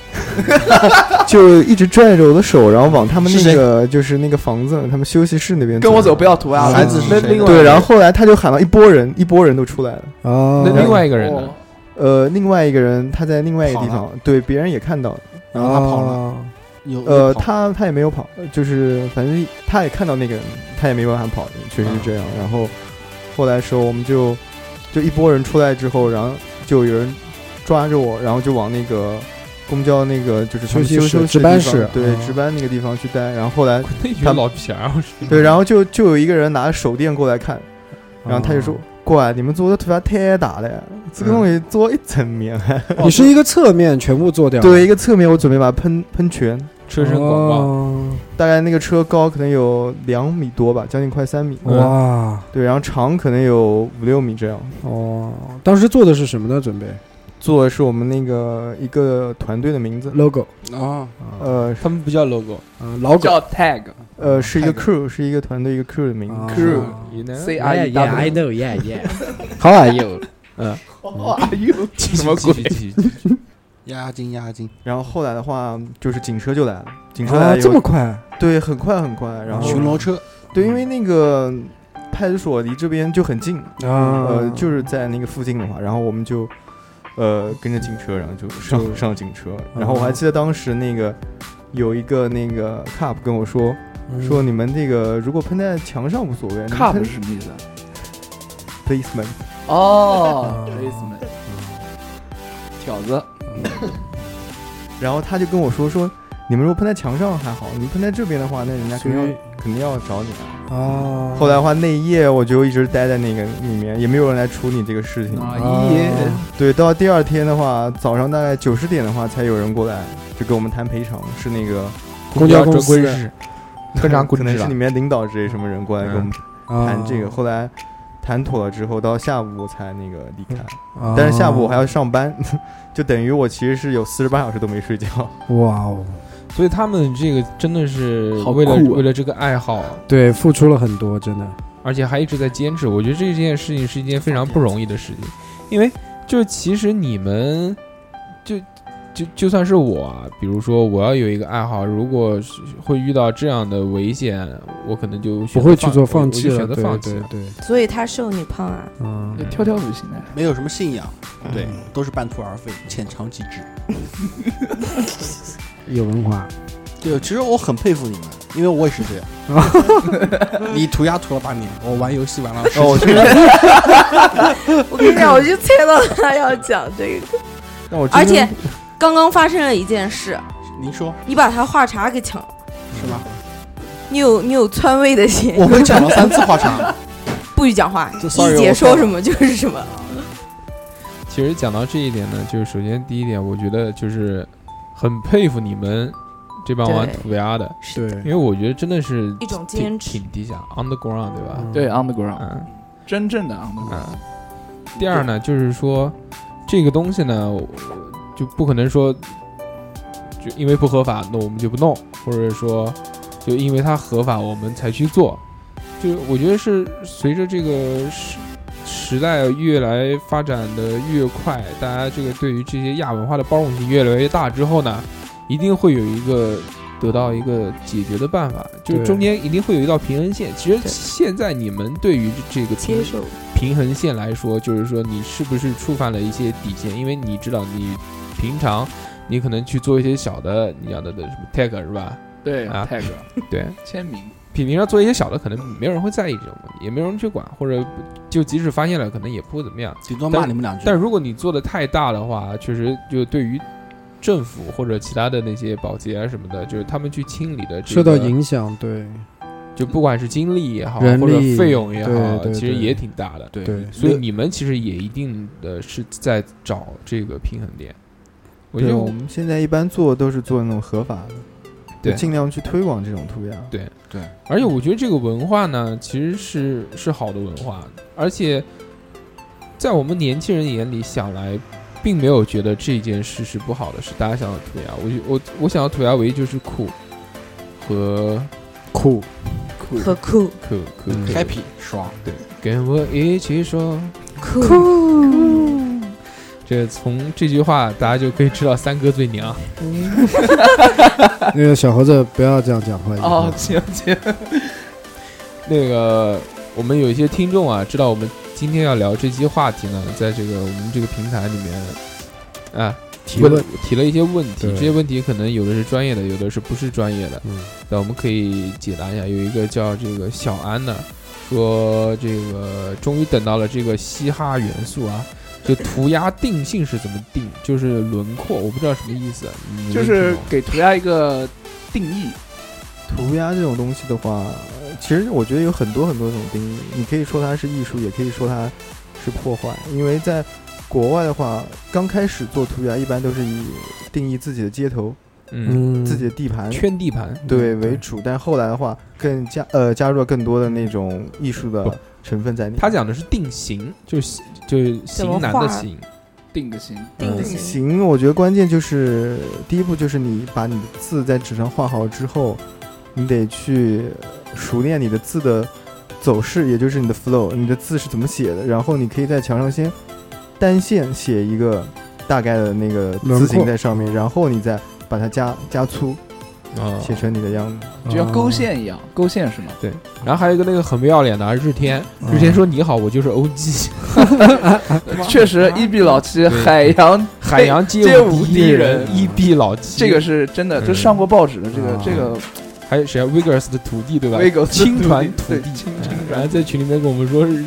就一直拽着我的手，然后往他们
是
那
谁
个就是那个房子，他们休息室那边
跟我走，不要涂鸦
啊
了。
孩子是
那
谁
另外
对，然后后来他就喊了一波人，一波人都出来了。
哦，
那另外一个人呢
哦？
呃，另外一个人他在另外一个地
跑
方，对别人也看到了，
然后他跑了
了。
哦
有
呃，
有跑
他他也没有跑，就是反正他也看到那个人，他也没办法跑，确
嗯
实是这样。然后后来的时候，我们就就一波人出来之后，然后就有人抓着我，然后就往那个公交那个就是他们
休息
休
室
休息
值
的
班
地方
室嗯
对
啊
值班那个地方去待。然后后来
那群老皮儿，啊我是
对，然后就就有一个人拿着手电过来看，然后他就说。
嗯
过来，你们做的腿法太大了呀！这个东西做一整面，啊
你是一个侧面全部做掉，
对，一，个侧面我准备把它喷喷全，
车身广告，
哦
大概那个车高可能有两米多吧，将近快三米。
嗯
哇
对，然后长可能有五六米这样。
哦，当时做的是什么呢？准备
做的是我们那个一个团队的名字，
logo
啊，
呃
他们不叫 logo，
啊，老狗
哦叫 tag
呃，是一个
太
crew，是一个团队一个 crew 的名字。
啊
crew
you know？
哎
C R
哎
E W
know yeah yeah how are you
哇哟，什么
继续？
鬼
继续继 续
押金押金，
然后后来的话，就是警车就来了，警车来
啊
了以
这
后、
么快
对，很快很快。然后
啊巡逻车
对，因为那个派出所离这边就很近，
啊
呃，就是在那个附近的话，然后我们就呃跟着警车，然后就上上警车。然后我还记得当时那个有一个那个 cop 跟我说，
嗯
说你们这个如果喷在墙上无所谓，你们
Cup
喷
是什么意思啊？
policeman。
哦
嗯
b a s m a n 挑子，
然后他就跟我说说，你们如果喷在墙上还好，你们喷在这边的话，那人家肯定要肯定要找你啊。
啊
后来的话，那一夜我就一直待在那个里面，也没有人来处理这个事情。
啊耶！
对，到第二天的话，早上大概九十点的话，才有人过来就跟我们谈赔偿，是那个
公交公司
正规是正常
可能是
了
里面领导之类什么人过来跟我们
啊
谈这个。后来谈妥了之后，到下午我才那个离开，
啊
但是下午我还要上班， 就等于我其实是有四十八小时都没睡觉。
哇哦，
所以他们这个真的是
好
为了
酷啊
为了这个爱好，
对，付出了很多，真的。
而且还一直在坚持。我觉得这件事情是一件非常不容易的事情，因为就其实你们就就就算是我啊，比如说我要有一个爱好，如果是会遇到这样的危险，我可能就
不
选择
会去
放
做
我
放
我
弃
就
了，
选择
对
放弃
对
了。
对，
所以他受你胖啊，
嗯，
跳跳舞现在
没有什么信仰，嗯
对，
都是半途而废，浅尝即止。
有文化，
对，其实我很佩服你们，因为我也是这样。你涂鸦涂了八年，我玩游戏玩了
哦，我觉得，
我跟你讲，我就猜到他要讲这个，
那我真
而
的
且刚刚发生了一件事，
您说
你把他话茬给抢了，
是吗？
你有你有篡位的嫌疑
我，们讲了三次话茬，
不许讲话，
这 sorry，
一姐说什么就是什么。
其实讲到这一点呢，就是首先第一点，我觉得就是很佩服你们这帮玩
对
涂鸦的，
对，
因为我觉得真的是
一种
挺
坚持
挺低下 underground 对吧？
啊
对 on the ground，
嗯
真正的 on the ground。
嗯。第二呢，就是说这个东西呢，我就不可能说就因为不合法，那我们就不弄，或者说就因为它合法，我们才去做。就我觉得是随着这个时时代越来发展的越快，大家这个对于这些亚文化的包容性越来越大之后呢，一定会有一个得到一个解决的办法，就是
对
中间一定会有一道平衡线。其实
对
现在你们对于这个平
接受，
平衡线来说，就是说你是不是触犯了一些底线？因为你知道，你平常你可能去做一些小的，你要的的什么 tag 是吧？
对
啊
，tag
对，
签名，
平平常做一些小的，可能没有人会在意这种东西，也没有人去管，或者就即使发现了，可能也不会怎么样。
顶多骂你们两句。
但如果你做的太大的话，确实就对于政府或者其他的那些保洁啊什么的，就是他们去清理的、这
受到
个
影响，对
就不管是精力也好，
人
或者
力
费用也好，
对对
其实
对
也挺大的。
对
对
所以你们其实也一定的是在找这个平衡点。我觉
对
得
我
我
们现在一般做都是做那种合法的，
对
就尽量去推广这种涂鸦。
而且我觉得这个文化呢，其实是是好的文化，而且在我们年轻人眼里想来，并没有觉得这件事是不好的事。大家想要涂鸦，我就我我想要啊涂鸦，唯一就是酷和
酷，
啊
和酷
酷酷酷
happy 爽，
跟我一起说。
酷，
这从这句话大家就可以知道三哥最娘。
那个小猴子不要这样讲话。以后
哦 哦，行行，
那个我们有一些听众啊，知道我们今天要聊这期话题呢，在这个我们这个平台里面，啊，
提问
了，提了一些问题，
对
这些问题可能有的是专业的，有的是不是专业的，
嗯，
那我们可以解答一下。有一个叫这个小安的，说这个终于等到了这个嘻哈元素啊，这涂鸦定性是怎么定？就是轮廓，我不知道什么意思。你能
就是
听懂
给涂鸦一个定义，
涂鸦这种东西的话，呃其实我觉得有很多很多种定义。你可以说它是艺术，也可以说它是破坏。因为在国外的话，刚开始做涂鸦一般都是以定义自己的街头、
嗯，
嗯，
自己的地盘
圈地盘，嗯
对为主，但后来的话更加呃加入了更多的那种艺术
不
的成分在里面。
他讲的是定型，就是就是型男的型，
定个型。
定
嗯
型
行，我觉得关键就是第一步就是你把你的字在纸上画好之后，你得去熟练你的字的走势，也就是你的 flow，你的字是怎么写的。然后你可以在墙上先单线写一个大概的那个
轮
字形
廓
在上面，然后你再把它加加粗，
啊
写成你的样子。
啊
就像勾线一样，勾线是吗？
然后还有一个那个很不要脸的日天，
嗯
日天说你好，我就是 OG
确实，一比老七
对
海洋
海洋街
街
舞
舞
第
第
一
一
人
人
EB 老七，
这个是真的，
嗯
这上过报纸的，这个
啊
这个
还有谁啊？Wiggers 的徒弟对吧
Wiggles 的
青团徒
徒弟
弟
对青，
嗯然后在群里面跟我们说是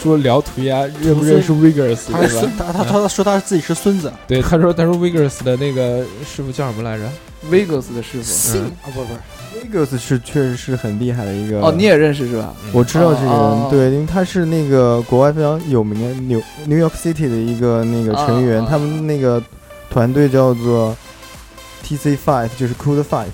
说聊涂鸦，认不认识 Wiggers
他是
对吧
孙，？他他他说他自己是孙子，
对，他说他说 Wiggers 的那个师傅叫什么来着？
Vegas 的师傅。
姓啊不不，
Vegas 是确实是很厉害的一个
哦，你也认识是吧？
我知道这个人，
哦哦哦
对，因为他是那个国外非常有名的纽 New York City 的一个那个成员，
哦哦哦
他们那个团队叫做 TC Five，就是 Cool Five，、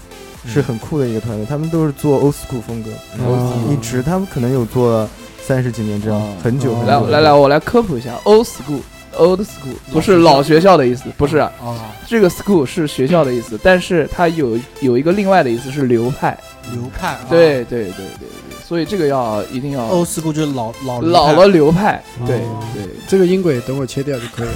是
嗯
很酷的一个团队，他们都是做 old school 风格，
哦
嗯
一直他们可能有做了三十几年这样，
哦
很久
哦
很久。
来来来，，我来科普一下，old school。Old school 不是老学校的意思，不是啊
啊
这个 school 是学校的意思，但是它有有一个另外的意思是流派，
流派啊
对对对对对，所以这个要一定
哦
要
，old school 就是老老流
老
派
了 流派，对
哦
对，
这个音轨等我切掉就可以了。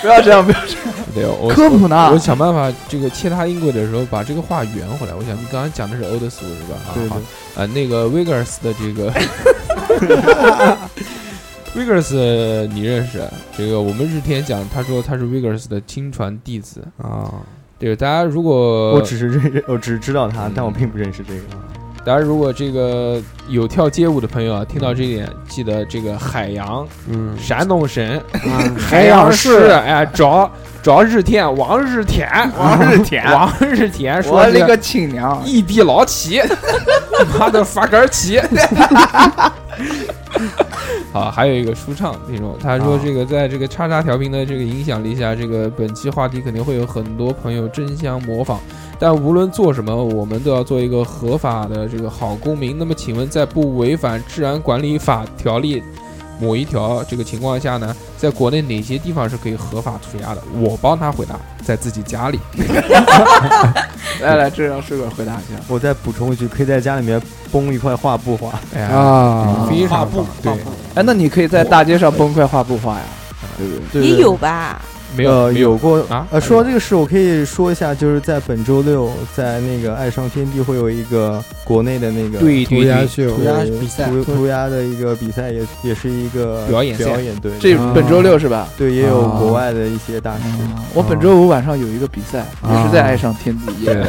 不要这样，不要这样，
对，我
科普呢
我我想办法，这个切他音轨的时候把这个话圆回来。我想你刚刚讲的是 old school 是吧？啊
对
好
对，
呃，那个 Wiggers 的这个 Wiggers 你认识？啊这个我们日天讲，他说他是 Wiggers 的亲传弟子。
啊，
对，大家如果
我只是认识，我只是知道
嗯
他，但我并不认识这个。
大家如果这个有跳街舞的朋友啊，听到这一点，记得这个海洋
嗯，
山东省
啊海洋
市，哎，找找日天王日天
王日田
王日天说
我
这
勒个亲娘！
异地老齐， 妈的发杆齐。 好，还有一个舒畅那种，他说这个在这个叉叉调频的这个影响力下，这个本期话题肯定会有很多朋友争相模仿，但无论做什么，我们都要做一个合法的这个好公民。那么，请问在不违反治安管理法条例某一条这个情况下呢，在国内哪些地方是可以合法涂鸦的？我帮他回答，在自己家里。
来来，这让水鬼回答一
嗯
下，
我再补充一句，可以在家里面崩一块画布画，
哎呀，
啊，
非
嗯画
常
布
棒，对
画，布，
哎，那你可以在大街上崩块画不画呀？对不对？
对
也有吧？
没有
呃，
没有
有过
啊
呃，说到这个事，我可以说一下，就是在本周六，在那个爱上天地会有一个国内的那个
对
涂
对
鸦
对，
秀
涂，
鸦比赛嗯
涂涂鸦的一个比赛，也也是一个
表演赛
表演对
这
嗯
啊
本周六是吧？
对，也有
啊
国外的一些
嗯
大师。
我本周五晚上有一个比赛，也是在爱上天地。
嗯对。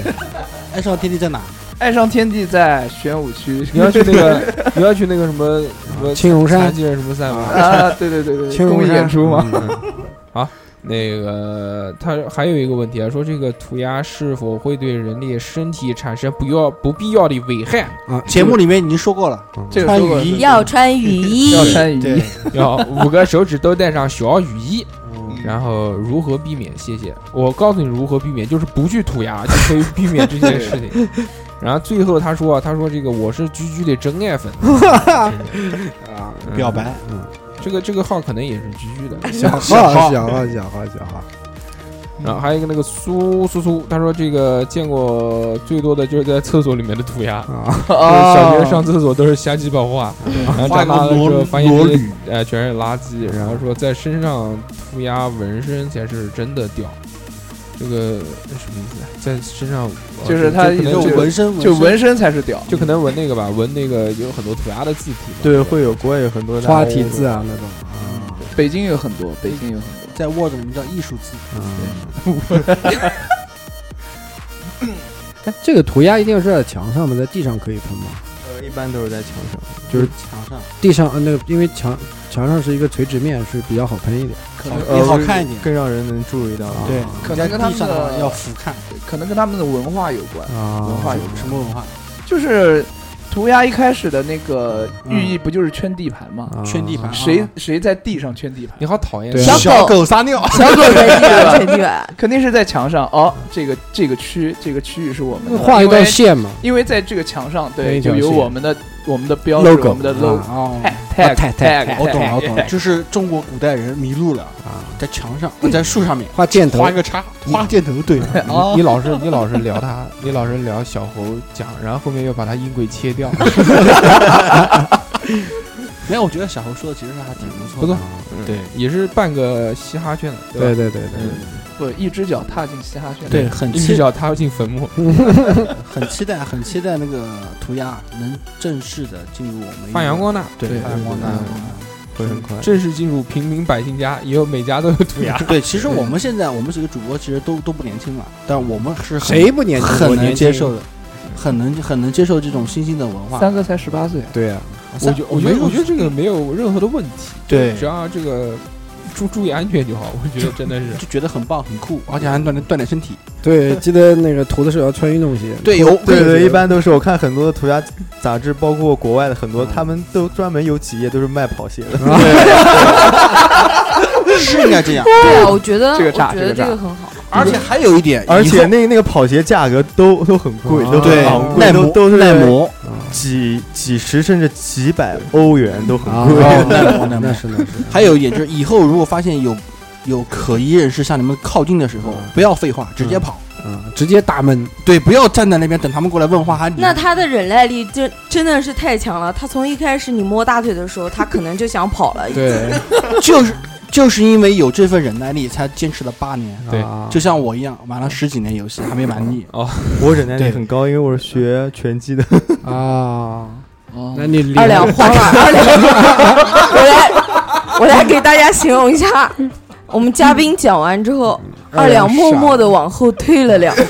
爱上天地在哪？
爱上天地在玄武区。
你要去那 个，你要去那个什么什么
青龙山
残疾人什么赛吗？
啊，对对对对，
青
公
龙
嗯
益
山
演出嘛。？
嗯
那个他还有一个问题啊，说这个涂鸦是否会对人类身体产生不要不必要的危 害？
啊，
节目里面已经说过了，
这个
穿
说过
雨衣
要穿雨衣，
嗯要穿雨
对
衣，，
要五个手指都带上小雨衣，
嗯
然后如何避免？谢谢，我告诉你如何避免，就是不去涂鸦就可以避免这件事情。 然后最后他说啊，他说这个我是居居的真爱 粉，
啊，
嗯
表白，
嗯，
这个这个号可能也是居居的。
小号，小号，小号，小号，
然后还有一个那个苏苏苏，他说这个见过最多的就是在厕所里面的涂鸦。
啊，
就是
啊，
小学上厕所都是瞎鸡巴画，然后长
画一
大
个
了之后
裸
发现
裸
这些
女，
呃全是垃圾，然后说在身上涂鸦纹身才是真的屌。这个那什么意思啊？在身上呃
就是它
可能就
就纹
纹，
身
就纹身才是屌。
就可能纹那个吧，纹那个有很多涂鸦的字体嘛。
对，会有国外有很多
花体字啊那种啊，
北京有很多，北京有很多。
在 Word 里面叫艺术字，
嗯哎，这个涂鸦一定要是在墙上吗？在地上可以喷吗？
呃，一般都是在墙上，
就是
墙上
地上呃那个，因为墙墙上是一个垂直面，是比较好喷一点。
可能
呃
也好看一点。
更让人能注意到。
啊
对，
可能
在
跟他
地
们
上的话
的
要俯瞰，
可能跟他们的文化有关，
啊，
文化有关
什么文化？
就是涂鸦一开始的那个寓意不就是圈地盘吗？
啊
圈地盘，
谁谁在地上圈地盘
你？好讨厌
对
小
啊，
狗
狗撒尿，
小狗在地上圈地板，
肯定是在墙上哦，这个这个区这个区域是我们的，
画一
因
道
为
线嘛，
因为在这个墙上
对
对
一条
就有
线
我们的我们的标志，
Logo，
我们的 logo
哦，
tag
啊太
tag，
我懂了，我
tag
懂了，就是中国古代人迷路了啊，在墙上，在树上面
画箭头
画一个叉，画箭头，对，
你你老是你老是聊他，你老是聊小猴讲，然后后面又把他音轨切 掉，
没有，我觉得小猴说的其实还挺不错，
不错
的。，啊
对，也是半个嘻哈圈的，
对
吧？
对对对，
嗯，
不，一只脚踏进嘻哈圈，
对，，很
一只
期
脚踏进坟墓，
很期待，很期待那个涂鸦能正式的进入我们
发扬，光大，
对，
对
发扬光大啊
嗯。
会很快。
正式进入平民百姓家，以后每家都有涂鸦。
对，其实我们现在我们几个主播其实都都不年轻了，但我们是很
谁不年轻？
很
我
能
年
接
轻
受的，很能很能接受这种新兴的文化。
三哥才十八岁，
对啊，
我觉我觉得我觉得这个没有任何的问题，
对
只要这个注注意安全就好。我觉得真的是
就觉得很棒很酷，而且还能锻炼锻炼身体。
对，记得那个涂的时候要穿运动鞋。
对有
对对，一般都是我看很多的涂鸦杂志，包括国外的很多，他们都专门有几页都是卖跑鞋的。
是应该这样。
对啊，我觉得我
这个炸
觉得
这个
这
炸
个很好，
而且还有一点，
而
以
且
后
那那个跑鞋价格都都很贵，
啊
都
对
很昂
耐
贵，都
磨
都是
耐磨
几几十甚至几百欧元都很
啊
贵。
哦 耐磨耐
那
磨。
是那是，
还有一点就是，以后如果发现有有可疑人士向你们靠近的时候，不要废话，直接跑。
啊，直接打门，
对，不要站在那边等他们过来问话，还
那他的忍耐力真真的是太强了。他从一开始你摸大腿的时候，他可能就想跑了。
对
啊
就是就是因为有这份忍耐力，才坚持了八年。
对
啊
就像我一样，玩了十几年游戏还没玩腻。
我忍耐力
对
很高，因为我是学拳击 的。
啊，
哦
那你
二两花了，二两，我来，我来给大家形容一下。我们嘉宾讲完之后，
嗯
二两默默的往后退了两步。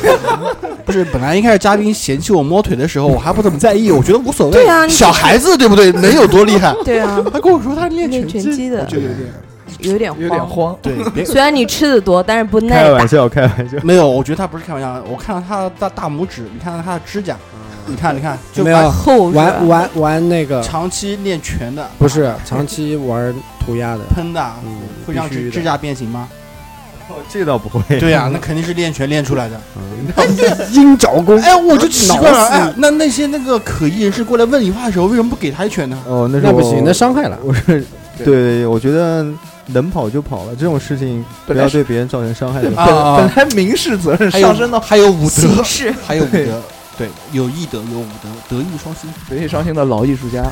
不是，本来一开始嘉宾嫌弃我摸腿的时候，我还不怎么在意，我觉得无所谓。
对啊你
小孩子对不对？能有多厉 害？
对啊，
他跟我说他练
练拳击的
我就有点
有点
有点
慌。
慌，
对，别
虽然你吃的多，但是不耐
开
打
玩。笑，开玩笑。
没有，我觉得他不是开玩笑。我看到他的大大拇指，你看到他的指甲，你看，你看，就
没
把
有
后
玩玩玩那个
长期练拳的
不是长期玩涂鸦的，
喷的，啊
嗯，
会让
必须
指
的
指甲变形吗？嗯
哦这倒不会。
对呀、那肯定是练拳练出来的。
鹰爪功
哎，我就奇怪了，
挠死你
哎，那那些那个可疑人士过来问你话的时候，为什么不给他一拳呢？
哦，那是
那不
我
行，那伤害了。
我是对，我觉得能跑就跑了，这种事情不
本来
要
是
对别人造成伤害就好。
啊啊
本本来民事责任
还有
上升到
还有武
形
德，
式，
还有武德，对，有义德，有武德，德艺双馨。
德艺双馨的老艺术家，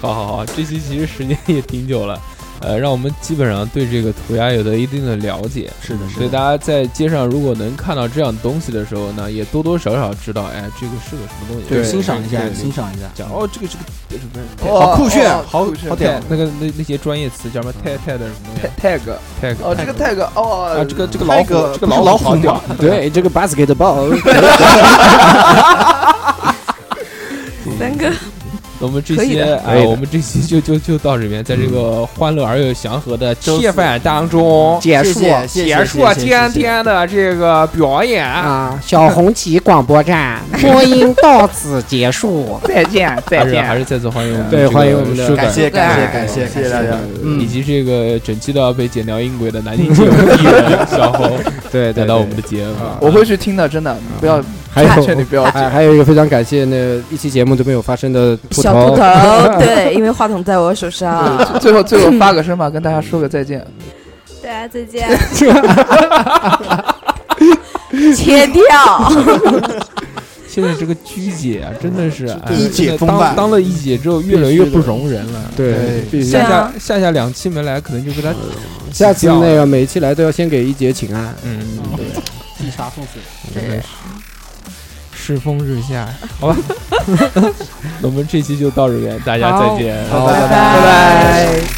好好好，这期其实时间也挺久了， 呃，让我们基本上对这个涂鸦有了一定的了解。
是的，是
所以大。家在街上如果能看到这样东西的时候呢，也多多少少知道，哎，这个是个什么东西，
对，欣赏一下
对，对
欣赏一下。
讲哦，这个这个这个什么
好酷炫
哦
好
酷炫
好屌
？tag 那个那那些专业词叫什
嗯
么 tag tag 的什么东西啊
tag，
tag
哦，这个 tag，哦
啊，，这个这个老虎
tag，
这个
不是
老
老
虎
虎
好屌
吗，
对，这个 basketball
三哥，
那我们这
可以
些
的
哎，我们这期就就就到这边，在这个
嗯
欢乐而又祥和的气氛当中。
结
谢
束
谢，谢谢
结束
谢谢
今
谢谢
天的这个表演，
啊！小红旗广播站播音到此结束。
再见，
还
再
是
见
还。是再次欢迎我们
对
这个
欢迎我们的
Sugar
感谢感谢
对
感哎谢
谢谢大家。
以
嗯，
及这个整期都要被剪掉音轨的南 京节目艺人小侯
对
来
对，啊
到我们的节目，啊
我会去听的，真的，
嗯
你不要
哎
还 有
劝你不要紧
还还有一个非常感谢那一期节目都没有发生的秃
小
头
秃头，对，因为话筒在我手上。
最后最后发个声吧，跟大家说个再见。
大家啊再见。
切掉。
现在这个鞠姐啊，真的是哎
一姐
真的
风
当
范
当了一姐之后，越来越不容人了。
对，
必须
对
下
啊
嗯
下下下两期没来，可能就给她
下次
掉了
那个每一期来都要先给一姐请安。
嗯，
递茶送水。
真的是世风日下，好吧。 那我们这期就到这边，大家再见。
拜
拜拜。